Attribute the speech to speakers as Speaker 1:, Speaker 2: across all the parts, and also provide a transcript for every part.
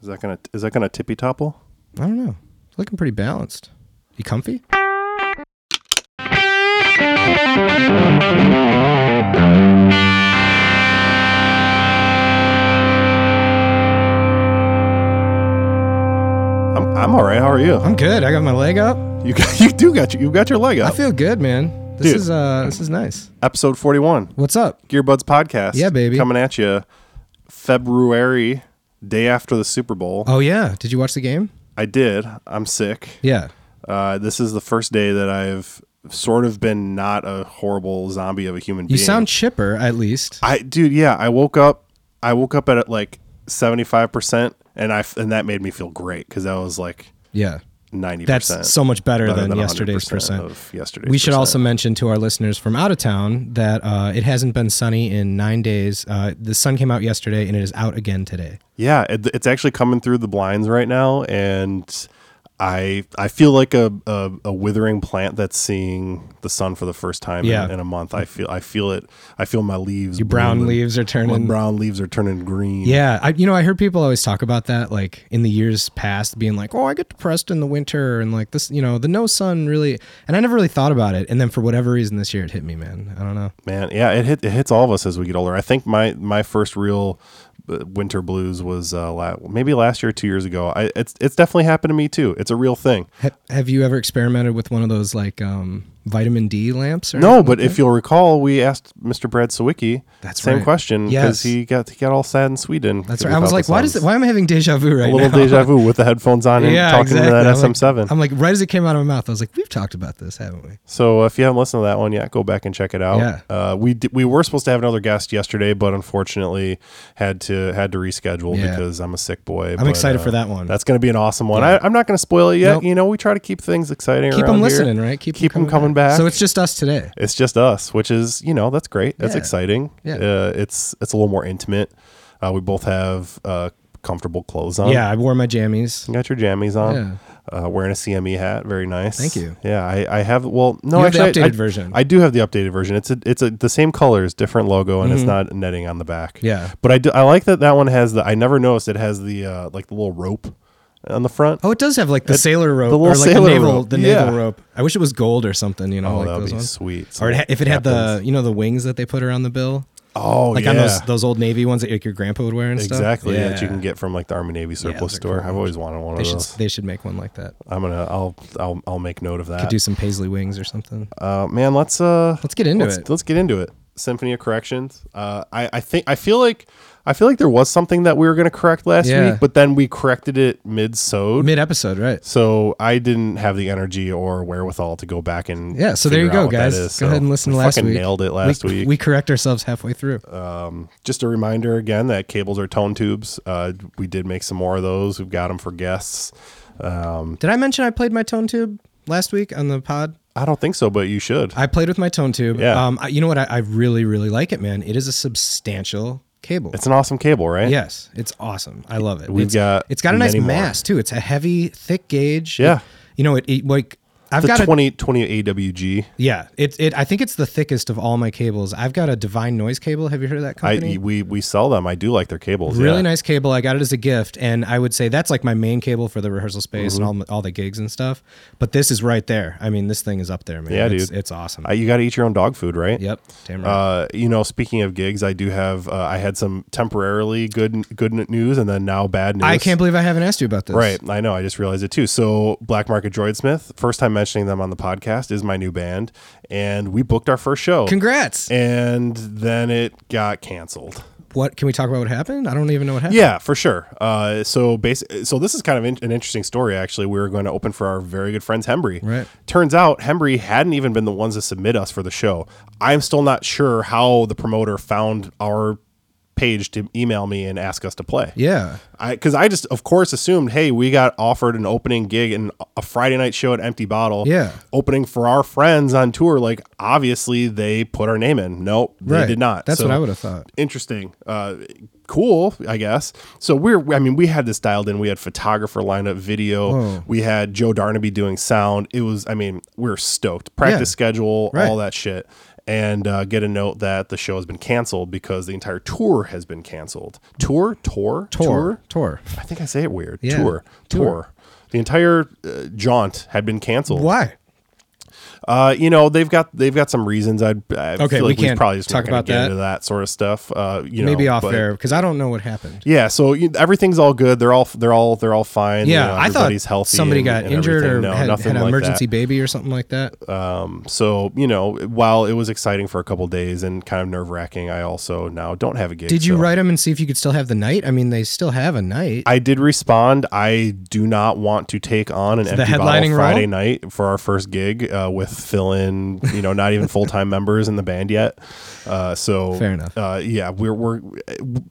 Speaker 1: Is that gonna is that gonna tippy topple?
Speaker 2: I don't know. It's looking pretty balanced. You comfy?
Speaker 1: I'm I'm all right. How are you?
Speaker 2: I'm good. I got my leg up.
Speaker 1: You got, you do got you you got your leg
Speaker 2: I
Speaker 1: up.
Speaker 2: feel good, man. This
Speaker 1: Dude.
Speaker 2: is uh this is nice.
Speaker 1: Episode forty one,
Speaker 2: What's up?
Speaker 1: Gearbuds podcast.
Speaker 2: Yeah, baby.
Speaker 1: coming at you February day after the Super Bowl.
Speaker 2: Oh yeah. Did you watch the game?
Speaker 1: I did. I'm sick.
Speaker 2: Yeah.
Speaker 1: Uh, this is the first day that I've sort of been not a horrible zombie of a human
Speaker 2: You
Speaker 1: being.
Speaker 2: sound chipper at least.
Speaker 1: I dude, yeah. I woke up. I woke up at like seventy five percent, and I f- and that made me feel great because I was like
Speaker 2: Yeah.
Speaker 1: ninety percent.
Speaker 2: That's so much better,
Speaker 1: better
Speaker 2: than,
Speaker 1: than
Speaker 2: yesterday's
Speaker 1: 100%
Speaker 2: percent.
Speaker 1: of yesterday's
Speaker 2: we should
Speaker 1: percent.
Speaker 2: also mention to our listeners from out of town that uh, it hasn't been sunny in nine days. Uh, the sun came out yesterday and it is out again today.
Speaker 1: Yeah, it, it's actually coming through the blinds right now, and I I feel like a, a, a withering plant that's seeing the sun for the first time
Speaker 2: Yeah.
Speaker 1: in, in a month. I feel I feel it. I feel my leaves.
Speaker 2: Your brown
Speaker 1: blooming.
Speaker 2: leaves are
Speaker 1: My
Speaker 2: turning
Speaker 1: brown leaves are turning green.
Speaker 2: Yeah, I, you know, I heard people always talk about that, like in the years past, being like, "Oh, I get depressed in the winter," and like this, you know, the no sun really. And I never really thought about it, and then for whatever reason, this year it hit me, man. I don't know.
Speaker 1: man. Yeah, it hit it hits all of us as we get older. I think my my first real uh, winter blues was uh, la- maybe last year, two years ago. I it's it's definitely happened to me too. It's a real thing.
Speaker 2: Ha- have you ever experimented with one of those like um, vitamin D lamps? Or
Speaker 1: No, but if you'll recall, we asked Mr. Brad Sawicki
Speaker 2: That's
Speaker 1: same
Speaker 2: right.
Speaker 1: question
Speaker 2: Yes.
Speaker 1: because he got he got all sad in Sweden.
Speaker 2: that's right. I was like, why does it, why am I having deja vu right
Speaker 1: a little
Speaker 2: now?
Speaker 1: deja vu with the headphones on and
Speaker 2: yeah,
Speaker 1: talking
Speaker 2: exactly.
Speaker 1: to that
Speaker 2: I'm like-
Speaker 1: SM7?
Speaker 2: I'm like, right as it came out of my mouth, I was like, we've talked about this, haven't we?
Speaker 1: So if you haven't listened to that one yet, go back and check it out.
Speaker 2: Yeah.
Speaker 1: Uh, we d- we were supposed to have another guest yesterday, but unfortunately had to had to reschedule
Speaker 2: Yeah.
Speaker 1: because I'm a sick boy. uh,
Speaker 2: I'm excited for that one.
Speaker 1: That's going to be an awesome one. I, I'm not going to spoil it yet.
Speaker 2: Nope.
Speaker 1: You know, we try to keep things exciting.
Speaker 2: Keep
Speaker 1: around
Speaker 2: them
Speaker 1: here.
Speaker 2: listening, right? Keep, 'em
Speaker 1: Keep 'em coming back.
Speaker 2: So it's just us today.
Speaker 1: It's just us, which is you know that's great. That's
Speaker 2: Yeah.
Speaker 1: exciting.
Speaker 2: Yeah.
Speaker 1: Uh, it's it's a little more intimate. Uh, we both have uh, comfortable clothes on.
Speaker 2: yeah, I wore my jammies.
Speaker 1: You got your jammies on.
Speaker 2: Yeah.
Speaker 1: Uh, wearing a CME hat, very nice.
Speaker 2: Thank you.
Speaker 1: Yeah, I, I have. Well, no,
Speaker 2: You have the
Speaker 1: actually, I-
Speaker 2: updated
Speaker 1: I,
Speaker 2: version.
Speaker 1: I do have the updated version. It's a, it's a, the same colors, different logo, and it's not netting on the back.
Speaker 2: Mm-hmm. Yeah.
Speaker 1: but I do, I like that that one has the. I never noticed it has the uh, like the little rope on the front.
Speaker 2: Oh, it does have like the sailor rope,
Speaker 1: the
Speaker 2: or
Speaker 1: little
Speaker 2: like
Speaker 1: sailor
Speaker 2: the naval,
Speaker 1: rope,
Speaker 2: the
Speaker 1: yeah.
Speaker 2: naval rope. I wish it was gold or something. You know,
Speaker 1: Oh,
Speaker 2: like
Speaker 1: that would
Speaker 2: those
Speaker 1: be
Speaker 2: ones.
Speaker 1: sweet.
Speaker 2: Or it ha- if it had the
Speaker 1: Happens.
Speaker 2: you know the wings that they put around the bill,
Speaker 1: oh
Speaker 2: like
Speaker 1: yeah,
Speaker 2: on those those old navy ones that like your grandpa would wear and stuff.
Speaker 1: exactly that you can get from like the Army Navy surplus
Speaker 2: those are
Speaker 1: store.
Speaker 2: cool
Speaker 1: I've always wanted one
Speaker 2: They
Speaker 1: of
Speaker 2: should
Speaker 1: those.
Speaker 2: they should make one like that.
Speaker 1: I'm gonna I'll I'll I'll make note of
Speaker 2: Could
Speaker 1: that.
Speaker 2: do some paisley wings or something.
Speaker 1: Uh, man, let's uh
Speaker 2: Let's get into
Speaker 1: let's,
Speaker 2: it.
Speaker 1: Let's get into it. Symphony of Corrections. Uh, I I think I feel like I feel like there was something that we were gonna correct last
Speaker 2: Yeah.
Speaker 1: week, but then we corrected it mid sode.
Speaker 2: Mid episode, right?
Speaker 1: so I didn't have the energy or wherewithal to go back and
Speaker 2: Yeah. So there you
Speaker 1: figure out
Speaker 2: go,
Speaker 1: what that
Speaker 2: guys.
Speaker 1: is. So
Speaker 2: Go ahead and listen to
Speaker 1: we
Speaker 2: last
Speaker 1: fucking
Speaker 2: week.
Speaker 1: Nailed it last
Speaker 2: we,
Speaker 1: week. Um,
Speaker 2: We correct ourselves halfway through.
Speaker 1: Just a reminder again that cables are tone tubes. Uh, we did make some more of those. We've got them for guests. Um,
Speaker 2: Did I mention I played my tone tube last week on the pod?
Speaker 1: I don't think so, but you should.
Speaker 2: I played with my tone tube.
Speaker 1: Yeah.
Speaker 2: Um, I, you know what? I, I really really like it, man. It is a substantial cable.
Speaker 1: it's an awesome cable, right?
Speaker 2: Yes, it's awesome. I love it.
Speaker 1: We've
Speaker 2: it's,
Speaker 1: got
Speaker 2: it's got a nice
Speaker 1: many more.
Speaker 2: mass too. It's a heavy, thick gauge.
Speaker 1: Yeah.
Speaker 2: It- you know it, it like I've
Speaker 1: The
Speaker 2: got a,
Speaker 1: 20, 20 AWG.
Speaker 2: yeah. It it I think it's the thickest of all my cables. I've got a Divine Noise cable. Have you heard of that company?
Speaker 1: I we we sell them. I do like their cables.
Speaker 2: really
Speaker 1: yeah.
Speaker 2: nice cable. I got it as a gift, and I would say that's like my main cable for the rehearsal space
Speaker 1: Mm-hmm.
Speaker 2: and all all the gigs and stuff. But this is right there. I mean, this thing is up there, man.
Speaker 1: Yeah,
Speaker 2: it's,
Speaker 1: dude.
Speaker 2: It's awesome.
Speaker 1: Uh, you got to eat your own dog food, right?
Speaker 2: yep. Damn right.
Speaker 1: Uh, you know, speaking of gigs, I do have. Uh, I had some temporarily good good news, and then now bad news.
Speaker 2: I can't believe I haven't asked you about this.
Speaker 1: Right, I know. I just realized it too. So, Black Market Droidsmith, first time mentioning them on the podcast, is my new band, and we booked our first show.
Speaker 2: Congrats.
Speaker 1: And then it got canceled.
Speaker 2: what can we talk about? What happened? I don't even know what happened.
Speaker 1: Yeah, for sure. Uh, so basi- so this is kind of in- an interesting story. Actually, we were going to open for our very good friends Hembry.
Speaker 2: Right.
Speaker 1: Turns out Hembry hadn't even been the ones to submit us for the show. I'm still not sure how the promoter found our page to email me and ask us to play.
Speaker 2: Yeah.
Speaker 1: I because I just of course assumed, hey, we got offered an opening gig and a Friday night show at Empty Bottle.
Speaker 2: Yeah.
Speaker 1: Opening for our friends on tour. Like obviously they put our name in. Nope, they
Speaker 2: Right.
Speaker 1: did not.
Speaker 2: That's
Speaker 1: So-
Speaker 2: what I would have thought.
Speaker 1: interesting uh cool i guess so we're i mean we had this dialed in we had photographer lineup video
Speaker 2: Whoa.
Speaker 1: we had joe darnaby doing sound it was i mean we are stoked practice
Speaker 2: Yeah.
Speaker 1: schedule
Speaker 2: Right.
Speaker 1: all that shit and uh, get a note that the show has been canceled because the entire tour has been canceled. Tour, tour,
Speaker 2: Tor. Tor.
Speaker 1: I think I say it weird.
Speaker 2: Yeah.
Speaker 1: Tour, tour.
Speaker 2: Tour.
Speaker 1: The entire uh, jaunt had been canceled.
Speaker 2: Why?
Speaker 1: Uh, you know they've got they've got some reasons. I'd, I
Speaker 2: Okay,
Speaker 1: feel
Speaker 2: we
Speaker 1: like
Speaker 2: can't
Speaker 1: probably just not
Speaker 2: talk
Speaker 1: gonna
Speaker 2: about
Speaker 1: get
Speaker 2: that.
Speaker 1: into that sort of stuff. Uh, you know,
Speaker 2: Maybe off
Speaker 1: but-
Speaker 2: air because I don't know what happened.
Speaker 1: Yeah, so you, everything's all good. They're all they're all they're all fine.
Speaker 2: Yeah,
Speaker 1: you know,
Speaker 2: I thought
Speaker 1: everybody's healthy.
Speaker 2: somebody
Speaker 1: and-
Speaker 2: got
Speaker 1: and
Speaker 2: injured
Speaker 1: everything.
Speaker 2: or
Speaker 1: no,
Speaker 2: had,
Speaker 1: nothing
Speaker 2: had an
Speaker 1: like
Speaker 2: emergency
Speaker 1: That.
Speaker 2: baby or something like that.
Speaker 1: So you know, while it was exciting for a couple days and kind of nerve wracking, I also now don't have a gig.
Speaker 2: Did you
Speaker 1: so-
Speaker 2: write them and see if you could still have the night? I mean, they still have a night.
Speaker 1: I did respond. I do not want to take on an empty
Speaker 2: headlining
Speaker 1: bottle
Speaker 2: role?
Speaker 1: Friday night for our first gig uh, with fill in, you know, not even full time members in the band yet. Uh, so
Speaker 2: Fair enough.
Speaker 1: Uh, yeah, we're we're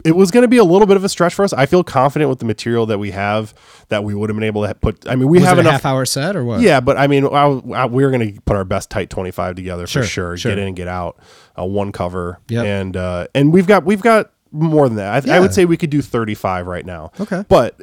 Speaker 1: it was going to be a little bit of a stretch for us. I feel confident with the material that we have that we would have been able to put. I mean, we
Speaker 2: was
Speaker 1: have
Speaker 2: it a
Speaker 1: enough
Speaker 2: half hour set or what?
Speaker 1: yeah, but I mean, I, I- we were going to put our best tight twenty five together
Speaker 2: Sure,
Speaker 1: for sure.
Speaker 2: sure.
Speaker 1: Get in and get out. Uh, one cover,
Speaker 2: Yep.
Speaker 1: and uh, and we've got we've got more than that. I, I
Speaker 2: Yeah.
Speaker 1: would say we could do thirty five right now.
Speaker 2: Okay.
Speaker 1: but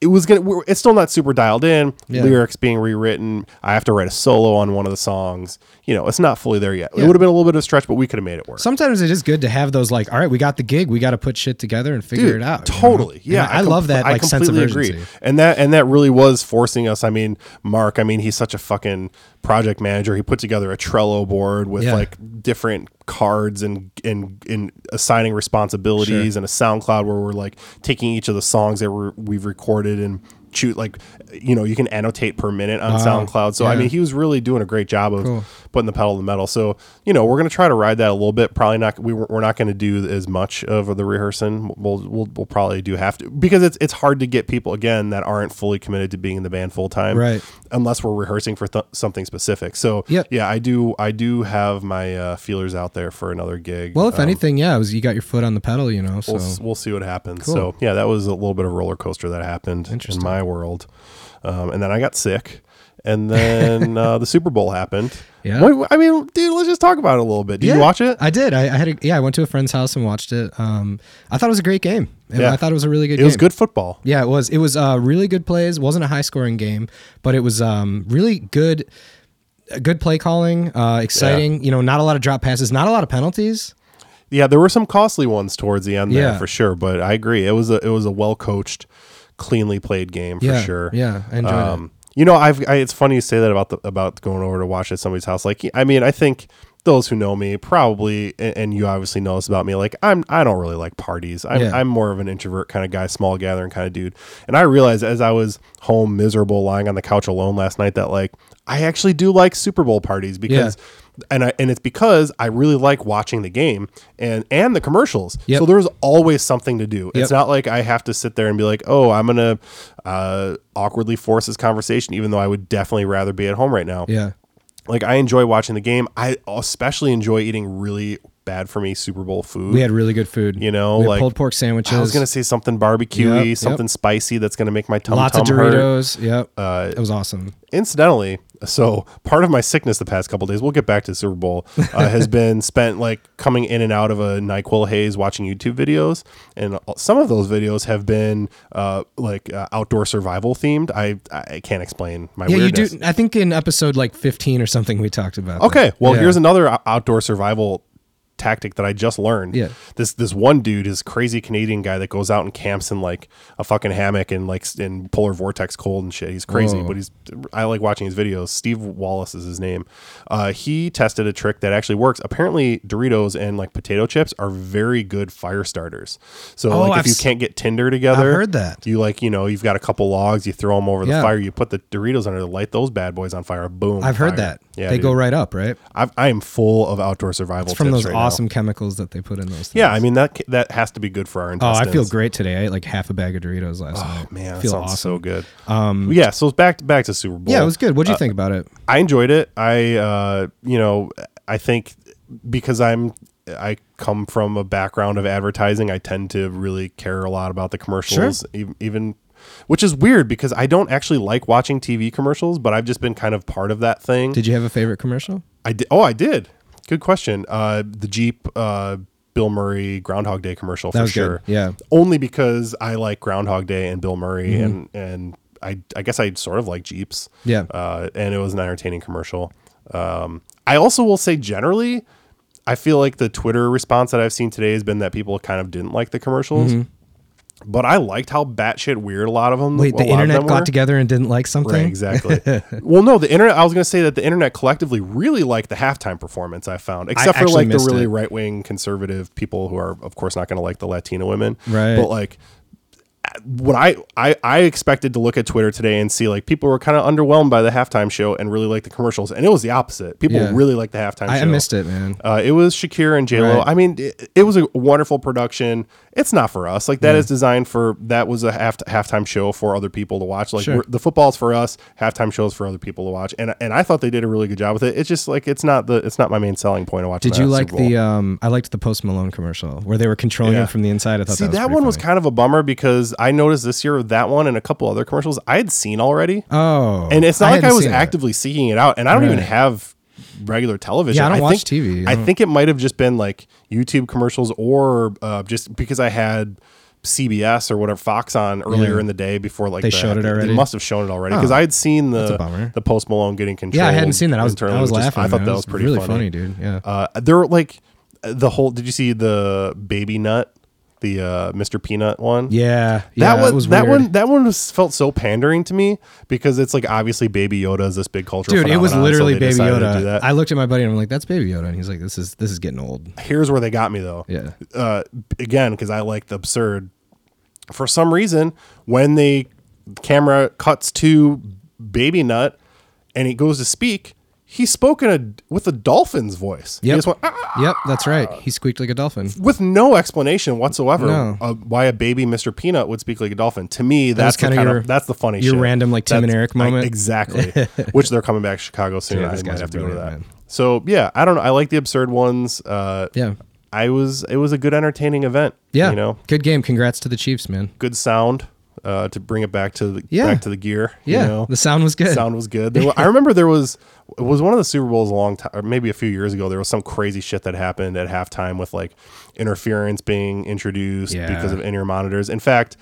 Speaker 1: it was gonna. We're, it's still not super dialed in.
Speaker 2: Yeah.
Speaker 1: Lyrics being rewritten. I have to write a solo on one of the songs. You know, it's not fully there yet.
Speaker 2: Yeah.
Speaker 1: It would have been a little bit of a stretch, but we could have made it work.
Speaker 2: Sometimes it is good to have those like, all right, we got the gig, we got to put shit together and figure it out. you know?
Speaker 1: Totally. Yeah.
Speaker 2: And I, love
Speaker 1: compl-
Speaker 2: that
Speaker 1: I
Speaker 2: like sense of urgency.
Speaker 1: And that and that really was forcing us. I mean, Mark, I mean, he's such a fucking project manager. He put together a Trello board with
Speaker 2: Yeah.
Speaker 1: like different cards and and and assigning responsibilities and a SoundCloud where we're like taking each of the songs that we're, we've recorded and shoot like you know you can annotate per minute on soundcloud so i
Speaker 2: Yeah.
Speaker 1: mean he was really doing a great job of
Speaker 2: Cool.
Speaker 1: putting the pedal to the metal so you know we're going to try to ride that a little bit probably not we, we're not going to do as much of the rehearsing we'll, we'll we'll probably do have to because it's it's hard to get people again that aren't fully committed to being in the band full time
Speaker 2: Right.
Speaker 1: unless we're rehearsing for th- something specific so
Speaker 2: Yep.
Speaker 1: yeah i do i do have my uh, feelers out there for another gig
Speaker 2: Well, if
Speaker 1: Um,
Speaker 2: anything, yeah, it was you got your foot on the pedal, you know. So
Speaker 1: we'll, s- we'll see what happens.
Speaker 2: Cool.
Speaker 1: So yeah, that was a little bit of a roller coaster that happened in
Speaker 2: Interesting.
Speaker 1: my world. Um, and then I got sick, and then uh, the Super Bowl happened.
Speaker 2: Yeah.
Speaker 1: What- I mean, dude, let's just talk about it a little bit. Did
Speaker 2: Yeah,
Speaker 1: you watch it?
Speaker 2: I did. I, I had a, yeah, I went to a friend's house and watched it. Um, I thought it was a great game. And
Speaker 1: Yeah.
Speaker 2: I thought it was a really good.
Speaker 1: it was
Speaker 2: game.
Speaker 1: good football.
Speaker 2: Yeah, it was. It was uh, really good plays. wasn't a high scoring game, but it was um, really good. uh, Good play calling, uh, exciting. You know, not a lot of drop passes, not a lot of penalties.
Speaker 1: Yeah, there were some costly ones towards the end
Speaker 2: Yeah.
Speaker 1: there for sure. But I agree, it was a it was a well coached, cleanly played game for
Speaker 2: yeah,
Speaker 1: sure.
Speaker 2: Yeah, I enjoyed it.
Speaker 1: Um, you know, I've I, it's funny you say that about the about going over to watch at somebody's house. Like, I mean, I think those who know me probably, and, and you obviously know this about me. Like, I'm I don't really like parties. I'm
Speaker 2: Yeah.
Speaker 1: I'm more of an introvert kind of guy, small gathering kind of dude. And I realized as I was home miserable, lying on the couch alone last night, that like I actually do like Super Bowl parties because. And I and it's because I really like watching the game and and the commercials.
Speaker 2: Yep.
Speaker 1: So there's always something to do.
Speaker 2: Yep.
Speaker 1: It's not like I have to sit there and be like, oh, I'm gonna uh, awkwardly force this conversation, even though I would definitely rather be at home right now.
Speaker 2: Yeah.
Speaker 1: Like I enjoy watching the game. I especially enjoy eating really bad for me Super Bowl food.
Speaker 2: We had really good food.
Speaker 1: You know,
Speaker 2: we had
Speaker 1: like-
Speaker 2: pulled pork sandwiches.
Speaker 1: I was gonna say something barbecuey,
Speaker 2: Yep, yep.
Speaker 1: something spicy that's gonna make my tum
Speaker 2: lots of
Speaker 1: tum hurt. uh,
Speaker 2: Doritos. Yep, it was awesome.
Speaker 1: incidentally so part of my sickness the past couple days we'll get back to the super bowl uh, has been spent like coming in and out of a nyquil haze watching youtube videos and some of those videos have been uh, like uh, outdoor survival themed i i can't explain my
Speaker 2: Yeah,
Speaker 1: weirdness
Speaker 2: you do. I think in episode like 15 or something we talked about.
Speaker 1: okay well
Speaker 2: Yeah.
Speaker 1: here's another o- outdoor survival tactic that i just learned
Speaker 2: Yeah.
Speaker 1: this this one dude is crazy canadian guy that goes out and camps in like a fucking hammock and like s- in polar vortex cold and shit he's crazy
Speaker 2: Whoa.
Speaker 1: but he's i like watching his videos steve wallace is his name uh, he tested a trick that actually works apparently doritos and like potato chips are very good fire starters so
Speaker 2: Oh,
Speaker 1: like if
Speaker 2: I've
Speaker 1: you
Speaker 2: s-
Speaker 1: can't get tinder together
Speaker 2: I've heard that.
Speaker 1: you like you know you've got a couple logs you throw them over the
Speaker 2: Yeah.
Speaker 1: fire you put the doritos under light those bad boys on fire boom
Speaker 2: I've
Speaker 1: fire.
Speaker 2: heard that.
Speaker 1: yeah
Speaker 2: they
Speaker 1: dude.
Speaker 2: go right up, right?
Speaker 1: I've, I am full of outdoor survival
Speaker 2: It's from
Speaker 1: tips
Speaker 2: those
Speaker 1: right now.
Speaker 2: awesome chemicals that they put in those. Things.
Speaker 1: Yeah, I mean that that has to be good for our
Speaker 2: Oh,
Speaker 1: intestines.
Speaker 2: I feel great today. I ate like half a bag of Doritos last
Speaker 1: Oh
Speaker 2: night.
Speaker 1: man, that
Speaker 2: feel
Speaker 1: sounds
Speaker 2: awesome.
Speaker 1: so good. Um, yeah, so it's back back to Super Bowl.
Speaker 2: yeah, it was good.
Speaker 1: uh,
Speaker 2: What'd you think about it?
Speaker 1: I enjoyed it. I uh, you know, I think because I'm I come from a background of advertising, I tend to really care a lot about the commercials ev- even which is weird because I don't actually like watching TV commercials, but I've just been kind of part of that thing.
Speaker 2: Did you have a favorite commercial?
Speaker 1: I did. Oh, I did. Good question. Uh, the Jeep, uh, Bill Murray Groundhog Day commercial for
Speaker 2: was good.
Speaker 1: sure.
Speaker 2: Yeah.
Speaker 1: Only because I like Groundhog Day and Bill Murray and and I I guess I sort of like Jeeps.
Speaker 2: Mm-hmm. Yeah.
Speaker 1: Uh, and it was an entertaining commercial. Um, I also will say generally, I feel like the Twitter response that I've seen today has been that people kind of didn't like the commercials.
Speaker 2: Mm-hmm.
Speaker 1: But I liked how batshit weird a lot of them.
Speaker 2: Wait,
Speaker 1: a lot
Speaker 2: the
Speaker 1: of them
Speaker 2: internet
Speaker 1: were.
Speaker 2: got together and didn't like something?
Speaker 1: Right, exactly. well, no, the internet. I was going to say that the internet collectively really liked the halftime performance. I found, except for
Speaker 2: actually
Speaker 1: like the
Speaker 2: missed
Speaker 1: really
Speaker 2: it.
Speaker 1: right wing conservative people who are, of course, not going to like the Latina women.
Speaker 2: Right.
Speaker 1: But like, what I, I I expected to look at Twitter today and see like people were kind of underwhelmed by the halftime show and really liked the commercials, and it was the opposite. People
Speaker 2: Yeah.
Speaker 1: really liked the halftime.
Speaker 2: I,
Speaker 1: show.
Speaker 2: I missed it, man.
Speaker 1: Uh, it was Shakira and J Lo.
Speaker 2: Right.
Speaker 1: I mean, it, it was a wonderful production. It's not for us. Like that is designed for that was a half halftime show for other people to watch. Like
Speaker 2: Sure.
Speaker 1: we're, the football's for us, halftime shows for other people to watch. And and I thought they did a really good job with it. It's just like it's not the it's not my main selling point of watching.
Speaker 2: Did you
Speaker 1: that
Speaker 2: like
Speaker 1: Super Bowl.
Speaker 2: the um I liked the Post Malone commercial where they were controlling
Speaker 1: Yeah.
Speaker 2: him from the inside. I thought
Speaker 1: See
Speaker 2: that
Speaker 1: that,
Speaker 2: was pretty
Speaker 1: one was
Speaker 2: funny.
Speaker 1: kind of a bummer because I noticed this year that one and a couple other commercials I had seen already,
Speaker 2: Oh.
Speaker 1: and it's not like I
Speaker 2: hadn't
Speaker 1: was
Speaker 2: seen that.
Speaker 1: actively seeking it out. And I don't even
Speaker 2: Right.
Speaker 1: have regular television.
Speaker 2: Yeah, I don't watch
Speaker 1: think,
Speaker 2: TV. I
Speaker 1: I
Speaker 2: don't-
Speaker 1: think it might have just been like YouTube commercials or uh, just because I had CBS or whatever Fox on earlier
Speaker 2: Yeah.
Speaker 1: in the day before like
Speaker 2: They showed it already?
Speaker 1: They must have shown it already because
Speaker 2: Huh.
Speaker 1: I had seen
Speaker 2: That's a
Speaker 1: the
Speaker 2: bummer.
Speaker 1: the Post Malone getting control.
Speaker 2: Yeah, I hadn't seen that. I was I was laughing.
Speaker 1: I thought
Speaker 2: man.
Speaker 1: that
Speaker 2: It
Speaker 1: was, pretty
Speaker 2: really
Speaker 1: funny.
Speaker 2: dude. Yeah.
Speaker 1: Uh, there were like the whole. Did you see the baby nut? The uh, Mr. Peanut one.
Speaker 2: yeah. yeah,
Speaker 1: That one,
Speaker 2: was
Speaker 1: that
Speaker 2: weird.
Speaker 1: one, that one was felt so pandering to me because it's like obviously Baby Yoda is this big cultural.
Speaker 2: Dude, it was
Speaker 1: phenomenon, so
Speaker 2: literally
Speaker 1: they
Speaker 2: Baby
Speaker 1: decided to do
Speaker 2: Yoda.
Speaker 1: that.
Speaker 2: I looked at my buddy and I'm like, "That's Baby Yoda," and he's like, "This is this is getting old."
Speaker 1: Here's where they got me though.
Speaker 2: Yeah.
Speaker 1: Uh, again, because I like the absurd. For some reason, when the camera cuts to Baby Nut, and he goes to speak, he's spoken a, with a dolphin's voice. He
Speaker 2: Yep.
Speaker 1: just went, "Ah, ah,"
Speaker 2: Yep, that's right. He squeaked like a dolphin.
Speaker 1: with no explanation whatsoever
Speaker 2: No.
Speaker 1: of why a baby Mr. Peanut would speak like a dolphin. To me,
Speaker 2: was
Speaker 1: that's the
Speaker 2: kinda
Speaker 1: kind
Speaker 2: your-
Speaker 1: of that's the funny
Speaker 2: your
Speaker 1: shit.
Speaker 2: random, like, Tim and
Speaker 1: That's-
Speaker 2: Eric
Speaker 1: I-
Speaker 2: moment.
Speaker 1: exactly. Which they're coming back to Chicago soon.
Speaker 2: Dude,
Speaker 1: I
Speaker 2: those
Speaker 1: might
Speaker 2: guys
Speaker 1: have
Speaker 2: are
Speaker 1: to go to that.
Speaker 2: brilliant, man.
Speaker 1: So yeah, I don't know. I like the absurd ones. Uh,
Speaker 2: Yeah.
Speaker 1: I was it was a good entertaining event.
Speaker 2: Yeah.
Speaker 1: you know,
Speaker 2: Good game. Congrats to the Chiefs, man.
Speaker 1: good sound uh, to bring it back to the
Speaker 2: Yeah.
Speaker 1: back to the gear.
Speaker 2: Yeah.
Speaker 1: you know?
Speaker 2: The sound was good.
Speaker 1: sound was good. There wa- I remember there was it was one of the Super Bowls a long time, or maybe a few years ago. There was some crazy shit that happened at halftime with like interference being introduced
Speaker 2: Yeah.
Speaker 1: because of in ear monitors. In fact,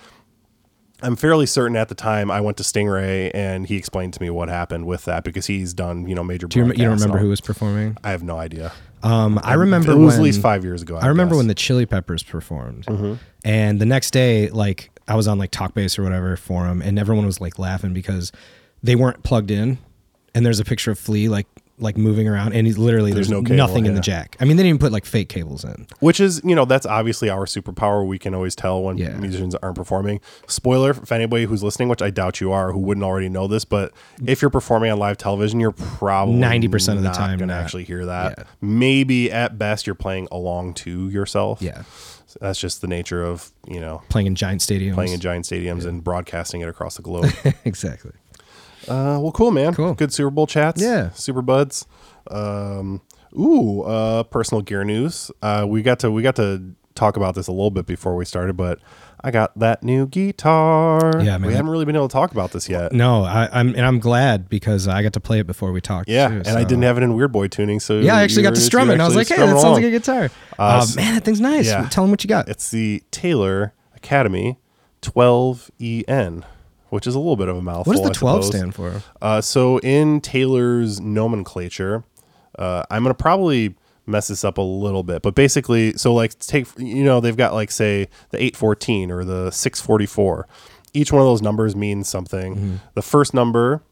Speaker 1: I'm fairly certain at the time I went to Stingray and he explained to me what happened with that because he's done you know major.
Speaker 2: Do you, rem- you don't
Speaker 1: broadcasts and
Speaker 2: remember
Speaker 1: all.
Speaker 2: who was performing?
Speaker 1: I have no idea.
Speaker 2: Um, I remember
Speaker 1: it was
Speaker 2: when,
Speaker 1: at least five Mm-hmm. years ago.
Speaker 2: I remember
Speaker 1: guess.
Speaker 2: when the Chili Peppers performed, and the next day, like I was on like Talkbase or whatever forum, and everyone was like laughing because they weren't plugged in, and there's a picture of Flea like like moving around, and he's literally there's,
Speaker 1: no cable,
Speaker 2: nothing in the
Speaker 1: yeah.
Speaker 2: jack. I mean, they didn't even put like fake cables in.
Speaker 1: Which is, you know, that's obviously our superpower. We can always tell when
Speaker 2: Yeah.
Speaker 1: musicians aren't performing. Spoiler if anybody who's listening, which I doubt you are, who wouldn't already know this, but if you're performing on live television, you're probably
Speaker 2: 90% of the
Speaker 1: not
Speaker 2: time
Speaker 1: gonna
Speaker 2: not.
Speaker 1: actually hear that.
Speaker 2: Yeah.
Speaker 1: Maybe at best you're playing along to yourself.
Speaker 2: Yeah,
Speaker 1: So that's just the nature of you know
Speaker 2: playing in giant stadiums.
Speaker 1: playing in giant stadiums and broadcasting it across the globe.
Speaker 2: exactly.
Speaker 1: Uh, well, cool, man.
Speaker 2: Cool.
Speaker 1: Good Super Bowl chats.
Speaker 2: Yeah.
Speaker 1: Super buds. Um, ooh, uh, personal gear news. Uh, we got to we got to talk about this a little bit before we started, but I got that new guitar.
Speaker 2: Yeah, man, mm,
Speaker 1: We
Speaker 2: that-
Speaker 1: haven't really been able to talk about this yet.
Speaker 2: No, I, I'm and I'm glad because I got to play it before we talked.
Speaker 1: Yeah,
Speaker 2: too,
Speaker 1: and
Speaker 2: so-
Speaker 1: I didn't have it in weird boy tuning, so
Speaker 2: Yeah, I
Speaker 1: you
Speaker 2: actually got
Speaker 1: were-
Speaker 2: to
Speaker 1: you
Speaker 2: strum it. and I was
Speaker 1: actually
Speaker 2: like, "Hey, that
Speaker 1: strumming
Speaker 2: sounds
Speaker 1: along.
Speaker 2: like a guitar." Uh,
Speaker 1: s-
Speaker 2: man, that thing's nice.
Speaker 1: yeah.
Speaker 2: Tell them what you got.
Speaker 1: It's the Taylor Academy 12EN, which is a little bit of a mouthful.
Speaker 2: what does the
Speaker 1: I
Speaker 2: 12
Speaker 1: suppose.
Speaker 2: stand for?
Speaker 1: Uh, so in Taylor's nomenclature, uh, I'm gonna probably mess this up a little bit, but basically, so like take you know they've got like say the 814 or the 644. Each one of those numbers means something.
Speaker 2: Mm-hmm.
Speaker 1: The first number,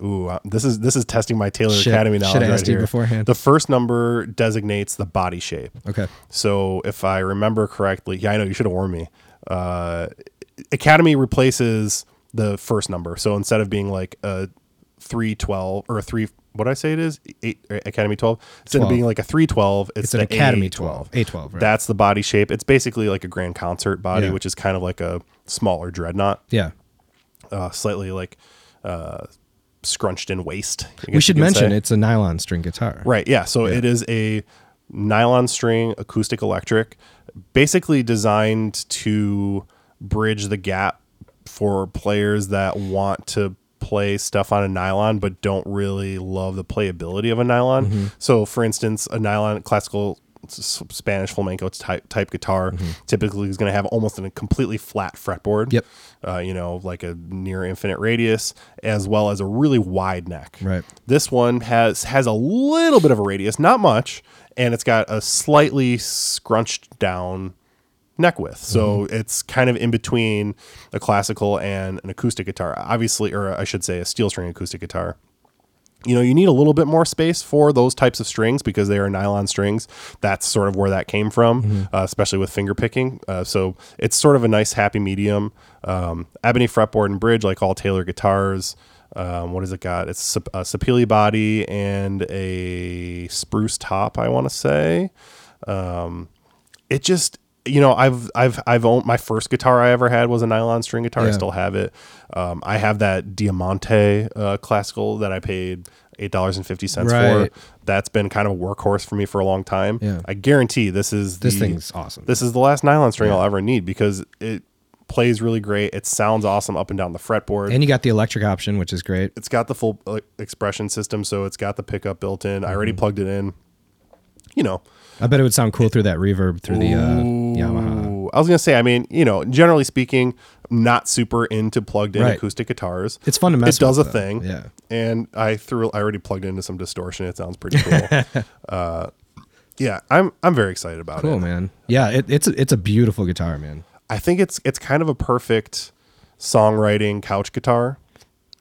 Speaker 1: ooh, uh, this is this is testing my Taylor
Speaker 2: Shit.
Speaker 1: Academy knowledge
Speaker 2: Should've
Speaker 1: right
Speaker 2: asked you
Speaker 1: here.
Speaker 2: beforehand.
Speaker 1: The first number designates the body shape.
Speaker 2: Okay.
Speaker 1: So if I remember correctly, yeah, I know you should have warned me. Uh, Academy replaces the first number. So instead of being like a 312 or a 3, what did I say it is? Eight, or Academy 12. Instead of
Speaker 2: 12.
Speaker 1: being like a 312, it's,
Speaker 2: It's an
Speaker 1: the
Speaker 2: Academy
Speaker 1: 12.
Speaker 2: 12. A12, right.
Speaker 1: That's the body shape. It's basically like a grand concert body,
Speaker 2: Yeah.
Speaker 1: which is kind of like a smaller dreadnought,
Speaker 2: yeah.
Speaker 1: uh, slightly like uh, scrunched in waist. I
Speaker 2: We
Speaker 1: guess
Speaker 2: should
Speaker 1: you could
Speaker 2: mention
Speaker 1: say.
Speaker 2: it's a nylon string guitar.
Speaker 1: Right. Yeah. So it is a nylon string acoustic electric, basically designed to bridge the gap for players that want to play stuff on a nylon
Speaker 2: Mm-hmm.
Speaker 1: but don't really love the playability of a nylon. So, for instance, a nylon classical s- Spanish flamenco type, type guitar typically is going to have almost a completely flat fretboard.
Speaker 2: Mm-hmm. Yep.
Speaker 1: Uh, you know, like a near infinite radius, as well as a really wide neck.
Speaker 2: Right.
Speaker 1: This one has has a little bit of a radius, not much, and it's got a slightly scrunched down neck width. So it's kind of in between a classical and an acoustic guitar. Obviously, or I should say, a steel string acoustic guitar you know, you need a little bit more space for those types of strings because they are nylon strings. That's sort of where that came from, uh, especially with finger picking. Uh, so it's sort of a nice happy medium. Um, ebony fretboard and bridge, like all Taylor guitars. Um, what has it got? It's sup- a sapele body and a spruce top, I want to say it just you know i've i've i've owned my first guitar i ever had was a nylon string guitar i
Speaker 2: Yeah.
Speaker 1: still have it um, i have that diamante uh, classical that i paid $8.50
Speaker 2: Right.
Speaker 1: for that's been kind of a workhorse for me for a long time
Speaker 2: Yeah.
Speaker 1: i guarantee this is
Speaker 2: This
Speaker 1: the,
Speaker 2: thing's awesome.
Speaker 1: this is the last nylon string i'll ever need because it plays really great it sounds awesome up and down the fretboard
Speaker 2: and you got the electric option, which is great.
Speaker 1: it's got the full uh, expression system so it's got the pickup built in i
Speaker 2: Mm-hmm.
Speaker 1: already plugged it in you know
Speaker 2: I bet it would sound cool through that reverb through the uh, Yamaha.
Speaker 1: Ooh, I was gonna say, I mean, you know, generally speaking, not super into plugged-in
Speaker 2: Right.
Speaker 1: acoustic guitars.
Speaker 2: It's fun to mess
Speaker 1: It does
Speaker 2: with,
Speaker 1: a
Speaker 2: though.
Speaker 1: thing.
Speaker 2: Yeah.
Speaker 1: And I threw. I already plugged into some distortion. It sounds pretty cool. uh, yeah, I'm. I'm very excited about
Speaker 2: Cool,
Speaker 1: it.
Speaker 2: man. Yeah, it, it's a, it's a beautiful guitar, man.
Speaker 1: I think it's it's kind of a perfect songwriting couch guitar.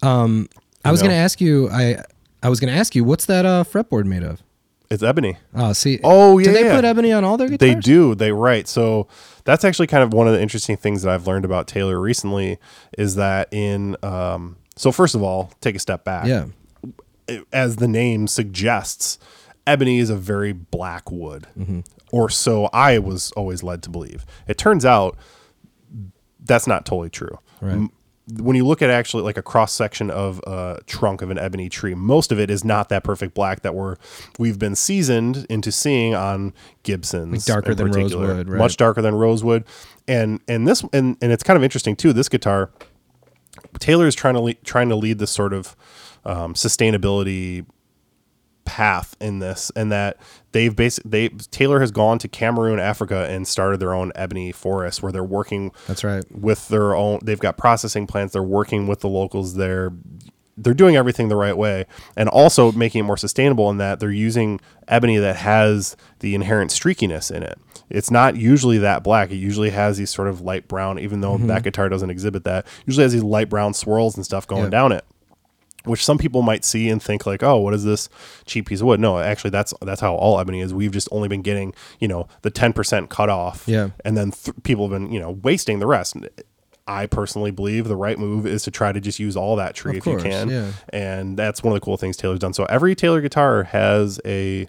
Speaker 2: I was
Speaker 1: know?
Speaker 2: gonna ask you. I I was gonna ask you, what's that uh, fretboard made of?
Speaker 1: It's ebony.
Speaker 2: Oh, see.
Speaker 1: Oh,
Speaker 2: Do they
Speaker 1: yeah.
Speaker 2: put ebony on all their guitars?
Speaker 1: They do. They write. So that's actually kind of one of the interesting things that I've learned about Taylor recently is that in. Um, so first of all, take a step back.
Speaker 2: Yeah.
Speaker 1: as the name suggests, ebony is a very black wood,
Speaker 2: Mm-hmm.
Speaker 1: or so I was always led to believe. It turns out that's not totally true. M- When you look at actually like a cross section of a trunk of an ebony tree, most of it is not that perfect black that we're we've been seasoned into seeing on Gibsons,
Speaker 2: darker
Speaker 1: in
Speaker 2: than
Speaker 1: particular.
Speaker 2: rosewood, right?
Speaker 1: much darker than rosewood, and and this and and it's kind of interesting too. This guitar. Taylor is trying to le- trying to lead this sort of um, sustainability path in this, and that they've basically they Taylor has gone to Cameroon, Africa, and started their own ebony forest where they're working
Speaker 2: That's right.
Speaker 1: with their own. They've got processing plants. They're working with the locals. They're they're doing everything the right way, and also making it more sustainable in that they're using ebony that has the inherent streakiness in it. It's not usually that black. It usually has these sort of light brown, even though that guitar doesn't exhibit that. Usually has these light brown swirls and stuff going
Speaker 2: Yeah.
Speaker 1: down it which some people might see and think like, oh, what is this cheap piece of wood? No, actually, that's that's how all ebony is. We've just only been getting you know the ten percent cut off,
Speaker 2: Yeah.
Speaker 1: and then th- people have been you know wasting the rest. I personally believe the right move is to try to just use all that tree
Speaker 2: Of
Speaker 1: if
Speaker 2: course,
Speaker 1: you can,
Speaker 2: yeah.
Speaker 1: and that's one of the cool things Taylor's done. So every Taylor guitar has a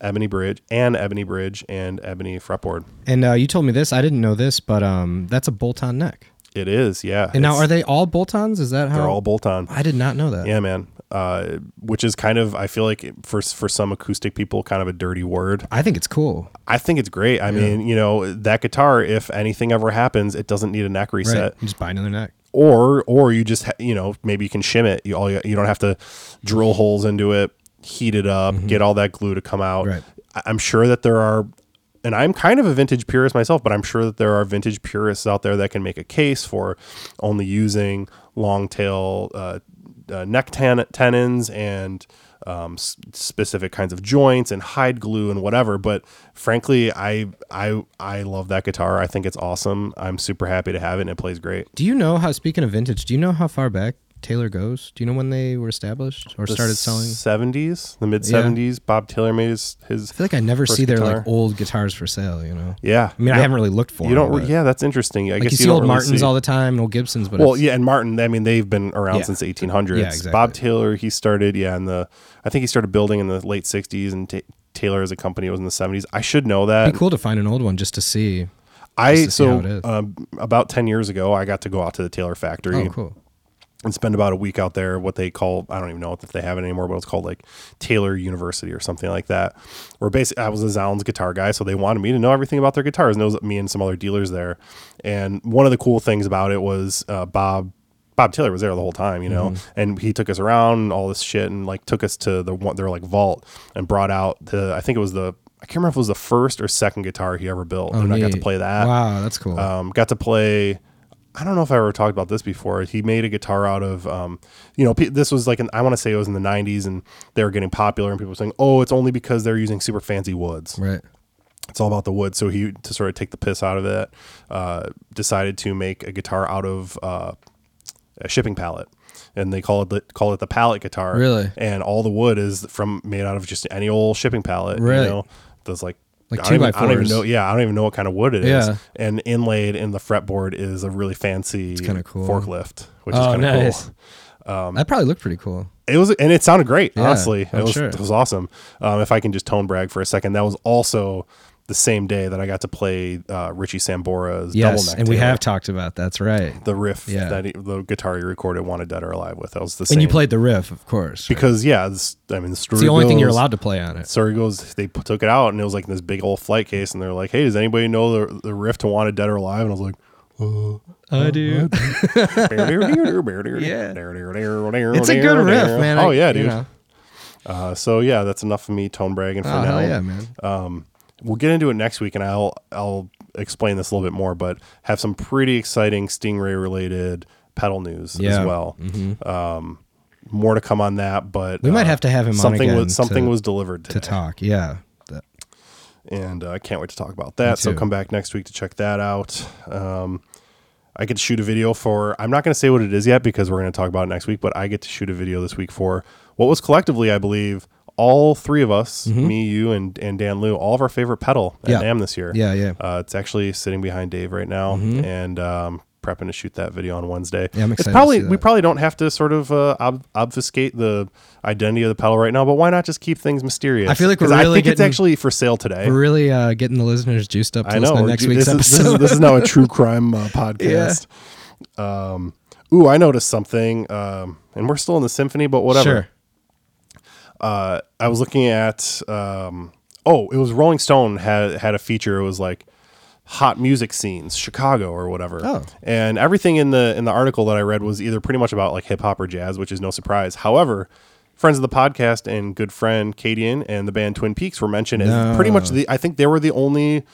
Speaker 1: ebony bridge and ebony bridge and ebony fretboard.
Speaker 2: And uh, you told me this. I didn't know this, but um, that's a bolt-on neck.
Speaker 1: It is, yeah.
Speaker 2: And now, are they all bolt-ons? Is that how?
Speaker 1: they're all bolt on?
Speaker 2: I did not know that.
Speaker 1: Yeah, man. Uh, which is kind of I feel like for for some acoustic people, kind of a dirty word.
Speaker 2: I think it's cool.
Speaker 1: I think it's great. I mean, you know, that guitar. If anything ever happens, it doesn't need a neck
Speaker 2: Right.
Speaker 1: reset,
Speaker 2: You just buy another neck.
Speaker 1: or or you just ha- you know maybe you can shim it. You all you, you don't have to drill holes into it, heat it up, get all that glue to come out.
Speaker 2: Right.
Speaker 1: I- I'm sure that there are. And I'm kind of a vintage purist myself, but I'm sure that there are vintage purists out there that can make a case for only using long tail uh, uh, neck ten- tenons and um, s- specific kinds of joints and hide glue and whatever. But frankly, I I I love that guitar. I think it's awesome. I'm super happy to have it, and it plays great.
Speaker 2: Do you know how? Speaking of vintage, do you know how far back Taylor goes? Do you know when they were established or started selling?
Speaker 1: seventies, the mid seventies. Bob Taylor made his his.
Speaker 2: I feel like I never
Speaker 1: First
Speaker 2: see their
Speaker 1: guitar.
Speaker 2: like old guitars for sale. You know.
Speaker 1: yeah,
Speaker 2: I mean, I haven't really looked for.
Speaker 1: You don't.
Speaker 2: them,
Speaker 1: re-
Speaker 2: but-
Speaker 1: yeah, that's interesting. I
Speaker 2: Like
Speaker 1: guess
Speaker 2: you see
Speaker 1: don't
Speaker 2: old
Speaker 1: really
Speaker 2: Martins
Speaker 1: see-
Speaker 2: all the time, and old Gibsons, but
Speaker 1: Well,
Speaker 2: it's,
Speaker 1: yeah, and Martin. I mean, they've been around
Speaker 2: Yeah.
Speaker 1: since the eighteen hundreds.
Speaker 2: Yeah, exactly.
Speaker 1: Bob Taylor. He started. Yeah, in the. I think he started building in the late sixties, and Ta Taylor as a company was in the seventies. I should know that.
Speaker 2: it'd be cool to find an old one just to see.
Speaker 1: I
Speaker 2: to see how
Speaker 1: so
Speaker 2: it is.
Speaker 1: um, about ten years ago, I got to go out to the Taylor factory
Speaker 2: Oh, cool.
Speaker 1: and spend about a week out there. What they call I don't even know if they have it anymore, but it's called like Taylor University or something like that. Where basically I was a Zounds guitar guy, so they wanted me to know everything about their guitars. And it was me and some other dealers there. And one of the cool things about it was uh, Bob. Bob Taylor was there the whole time, you know, and he took us around and all this shit, and like took us to the one their like vault and brought out the I think it was the I can't remember if it was the first or second guitar he ever built, and I got to
Speaker 2: neat.
Speaker 1: play that.
Speaker 2: Wow, that's cool.
Speaker 1: Um, got to play. I don't know if I ever talked about this before. He made a guitar out of, um, you know, pe- this was like an, I want to say it was in the '90s, and they were getting popular, and people were saying, "Oh, it's only because they're using super fancy woods.
Speaker 2: right.
Speaker 1: It's all about the wood." So he, to sort of take the piss out of that, uh, decided to make a guitar out of uh, a shipping pallet, and they call it the call it the pallet guitar.
Speaker 2: Really?
Speaker 1: and all the wood is from made out of just any old shipping pallet.
Speaker 2: Really?
Speaker 1: you know, that's like.
Speaker 2: Like
Speaker 1: I don't even- I don't even
Speaker 2: two-by-fours.
Speaker 1: know yeah, I don't even know what kind of wood it is.
Speaker 2: Yeah.
Speaker 1: And inlaid in the fretboard is a really fancy
Speaker 2: kinda cool.
Speaker 1: forklift, which
Speaker 2: Oh,
Speaker 1: is kind of
Speaker 2: nice.
Speaker 1: cool. Um,
Speaker 2: that probably looked pretty cool.
Speaker 1: It was, and it sounded great.
Speaker 2: Yeah,
Speaker 1: honestly, it
Speaker 2: I'm
Speaker 1: was,
Speaker 2: sure.
Speaker 1: it was awesome. Um, if I can just tone brag for a second, that was also the same day that I got to play uh, Richie Sambora's double
Speaker 2: Yes,
Speaker 1: neck.
Speaker 2: and we
Speaker 1: Taylor,
Speaker 2: have talked about that's right.
Speaker 1: the riff
Speaker 2: Yeah.
Speaker 1: that he, the guitar he recorded "Wanted Dead or Alive" with. That was the same.
Speaker 2: And you played the riff, of course. right?
Speaker 1: because yeah, this, I mean, the story
Speaker 2: It's the only thing you're
Speaker 1: goes-
Speaker 2: allowed to play on it.
Speaker 1: So he goes, they p- took it out and it was like in this big old flight case. And they're like, hey, does anybody know the, the riff to Wanted Dead or Alive? And I was like,
Speaker 2: I do.
Speaker 1: yeah.
Speaker 2: It's a good riff, man.
Speaker 1: Oh,
Speaker 2: I-
Speaker 1: yeah,
Speaker 2: you
Speaker 1: dude.
Speaker 2: know.
Speaker 1: Uh, so, yeah, that's enough of me tone bragging for
Speaker 2: Oh,
Speaker 1: now.
Speaker 2: hell yeah, man.
Speaker 1: We'll get into it next week and I'll, I'll explain this a little bit more, but have some pretty exciting Stingray related pedal news
Speaker 2: Yeah. Mm-hmm.
Speaker 1: as well. Um, more to come on that, but
Speaker 2: We might have to have him on
Speaker 1: Uh, something
Speaker 2: again
Speaker 1: was something
Speaker 2: to-
Speaker 1: was delivered
Speaker 2: to
Speaker 1: today.
Speaker 2: talk. Yeah. That-
Speaker 1: and uh, I can't wait to talk about that. So
Speaker 2: too.
Speaker 1: come back next week to check that out. Um, I get to shoot a video for. I'm not going to say what it is yet because we're going to talk about it next week. But I get to shoot a video this week for what was collectively, I believe, all three of us, me, you, and and Dan Liu, all of our favorite pedal at
Speaker 2: Mm-hmm. Yeah.
Speaker 1: NAM this year.
Speaker 2: Yeah, yeah.
Speaker 1: Uh, it's actually sitting behind Dave right now, and. Um, Prepping to shoot that video on Wednesday.
Speaker 2: Mm-hmm. Yeah, I'm
Speaker 1: It's
Speaker 2: excited to
Speaker 1: probably
Speaker 2: see
Speaker 1: we
Speaker 2: that.
Speaker 1: probably don't have to sort of uh, ob- obfuscate the identity of the pedal right now, but why not just keep things mysterious?
Speaker 2: I feel like we're
Speaker 1: 'Cause I
Speaker 2: really
Speaker 1: think it's
Speaker 2: getting-
Speaker 1: actually for sale today.
Speaker 2: We're really uh, getting the listeners juiced up to
Speaker 1: I
Speaker 2: listen
Speaker 1: know.
Speaker 2: to next
Speaker 1: Dude,
Speaker 2: week's
Speaker 1: this is-
Speaker 2: episode.
Speaker 1: This is, this is now a true crime uh, podcast. Um, ooh, I noticed something, um, and we're still in the symphony, but whatever.
Speaker 2: Sure.
Speaker 1: Uh, I was looking at. Um, oh, it was Rolling Stone had had a feature. It was like hot music scenes, Chicago or whatever.
Speaker 2: Oh.
Speaker 1: and everything in the in the article that I read was either pretty much about like hip hop or jazz, which is no surprise. However. Friends of the podcast and good friend Cadian and the band Twin Peaks were mentioned as pretty much the. I think they were the only